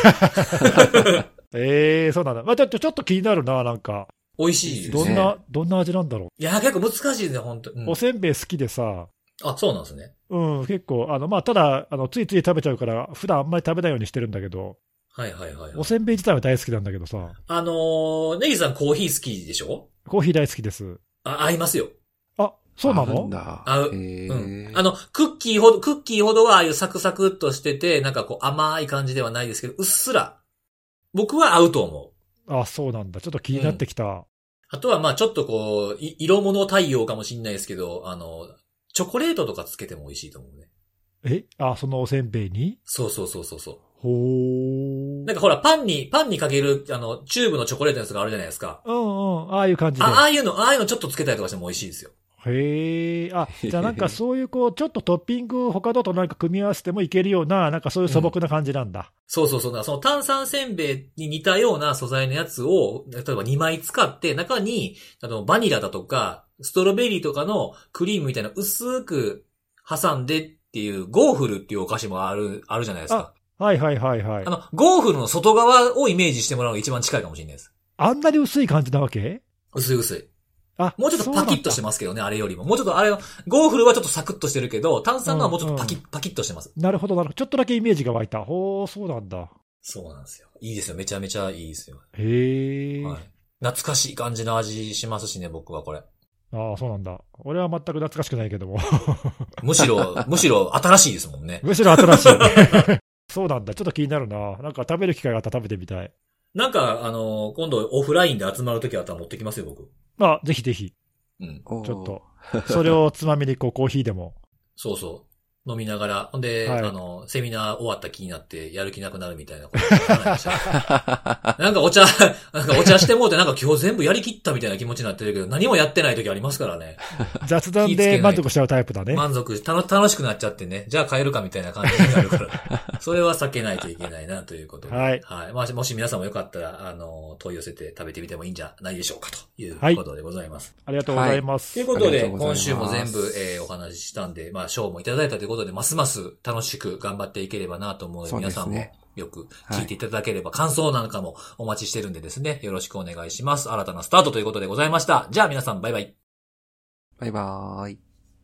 S2: ええ、そうなんだ。まあ、ちょっとちょっと気になるな、なんか。
S1: 美味しいです
S2: ど
S1: ね。
S2: んな、どんな味なんだろ
S1: いや、結構難しいですね、本当う
S2: う。
S1: ん
S2: おせんべい好きでさ、
S1: あ、そうなんですね。
S2: うん、結構、あの、まあ、ただ、あの、ついつい食べちゃうから、普段あんまり食べないようにしてるんだけど、
S1: はいはいはいはい。
S2: おせんべい自体は大好きなんだけどさ、
S1: あのー、ネギさんコーヒー好きでしょ
S2: コーヒー大好きです。
S1: あ、合いますよ。
S2: あ、そうな
S3: ある
S2: の
S3: んだ。
S1: 合う
S3: へ
S1: うん
S3: ー。。
S1: あの、クッキーほど、クッキーほどはああいうサクサクっとしてて、なんかこう甘い感じではないですけど、うっすら。僕は合うと思う。
S2: あ、そうなんだ。ちょっと気になってきた。
S1: あとはまあちょっとこう、い色物対応かもしれないですけど、あの、チョコレートとかつけても美味しいと思うね。
S2: えあ、そのおせんべいに
S1: そうそうそうそうそう。
S2: ほー。
S1: なんかほら、パンに、パンにかける、あの、チューブのチョコレートのやつがあるじゃないですか。
S2: うんうん、ああいう感じで。
S1: あああいうの、ああいうのちょっとつけたりとかしても美味しいですよ。
S2: へえ。あ、じゃあなんかそういうこう、ちょっとトッピングを他のとなんか組み合わせてもいけるような、なんかそういう素朴な感じなんだ。
S1: そうそうそう。だからその炭酸せんべいに似たような素材のやつを、例えば2枚使って、中に、あの、バニラだとか、ストロベリーとかのクリームみたいな薄く挟んでっていう、ゴーフルっていうお菓子もある、あるじゃないですか。
S2: はいはいはいはい
S1: あ。の、ゴーフルの外側をイメージしてもらうのが一番近いかもしれないです。
S2: あんなに薄い感じなわけ
S1: 薄い薄い。
S2: あ、
S1: もうちょっとパキッとして
S2: ま
S1: ますけどね、あれよりも。もうちょっとあれは、ゴーフルはちょっとサクッとしてるけど、炭酸のはもうちょっとパキッ、
S2: うん
S1: パキッとしてます。
S2: す。なるほどなるほど。ちょっとだけイメージが湧いた。ほー、そうなんだ。
S1: そうなんですよ。いいですよ。めちゃめちゃいいですよ。
S2: へえ。
S1: はい。懐かしい感じの味しますしね、僕はこれ。
S2: ああ、そうなんだ。俺は全く懐かしくないけども。
S1: むし ろ、むしろ新しいですもんね。
S2: むしろ新しい。 そうなんだ。ちょっと気になるな。なんか食べる機会があったら食べてみたい。
S1: なんか、あの、今度オフラインで集まるときあったら持ってきますよ、僕。
S2: まあ、ぜひぜひ、
S1: うん。
S3: おー
S2: ちょっ。と、それをつまみにこうコーヒー でも、
S1: そうそう。飲みながら。ほんで、
S2: はい
S1: あの、セミナー終わった気になって、やる気なくなるみたいなこと話した なんかお茶、 なんかお茶してもうて、なんか今日全部やりきったみたいな気持ちになってるけど、何もやってない時ありますからね。
S2: 雑談
S1: 気ぃつけない
S2: で
S1: と
S2: 満足しちゃうタイプだね。
S1: 満足、たの楽しくなっちゃってね。じゃあ帰るかみたいな感じになる から。それは避けないといけないな、ということで。
S2: はい
S1: はい。まあ、もし皆さんもよかったら、あの、問い寄せて食べてみてもいいんじゃないでしょうか、という
S2: はい
S1: ことでございます。
S2: ありがとうございま
S1: と
S2: す。
S1: いうこと
S3: ありが
S1: で、
S3: とうござい
S1: 今
S3: ます
S1: 週も全部、えーお話ししたんで、まあ、賞もいただいたということで、ますます楽しく頑張っていければなと思うので、
S3: そうで
S1: 皆
S3: す
S1: さ
S3: ね
S1: んもよく聞いていただければ、感想なんかもお待ちしてるんでですね、よろしくお願いします。新たなスタートということでございました。じゃあ皆さん、バイバイ。
S3: バイバーイ。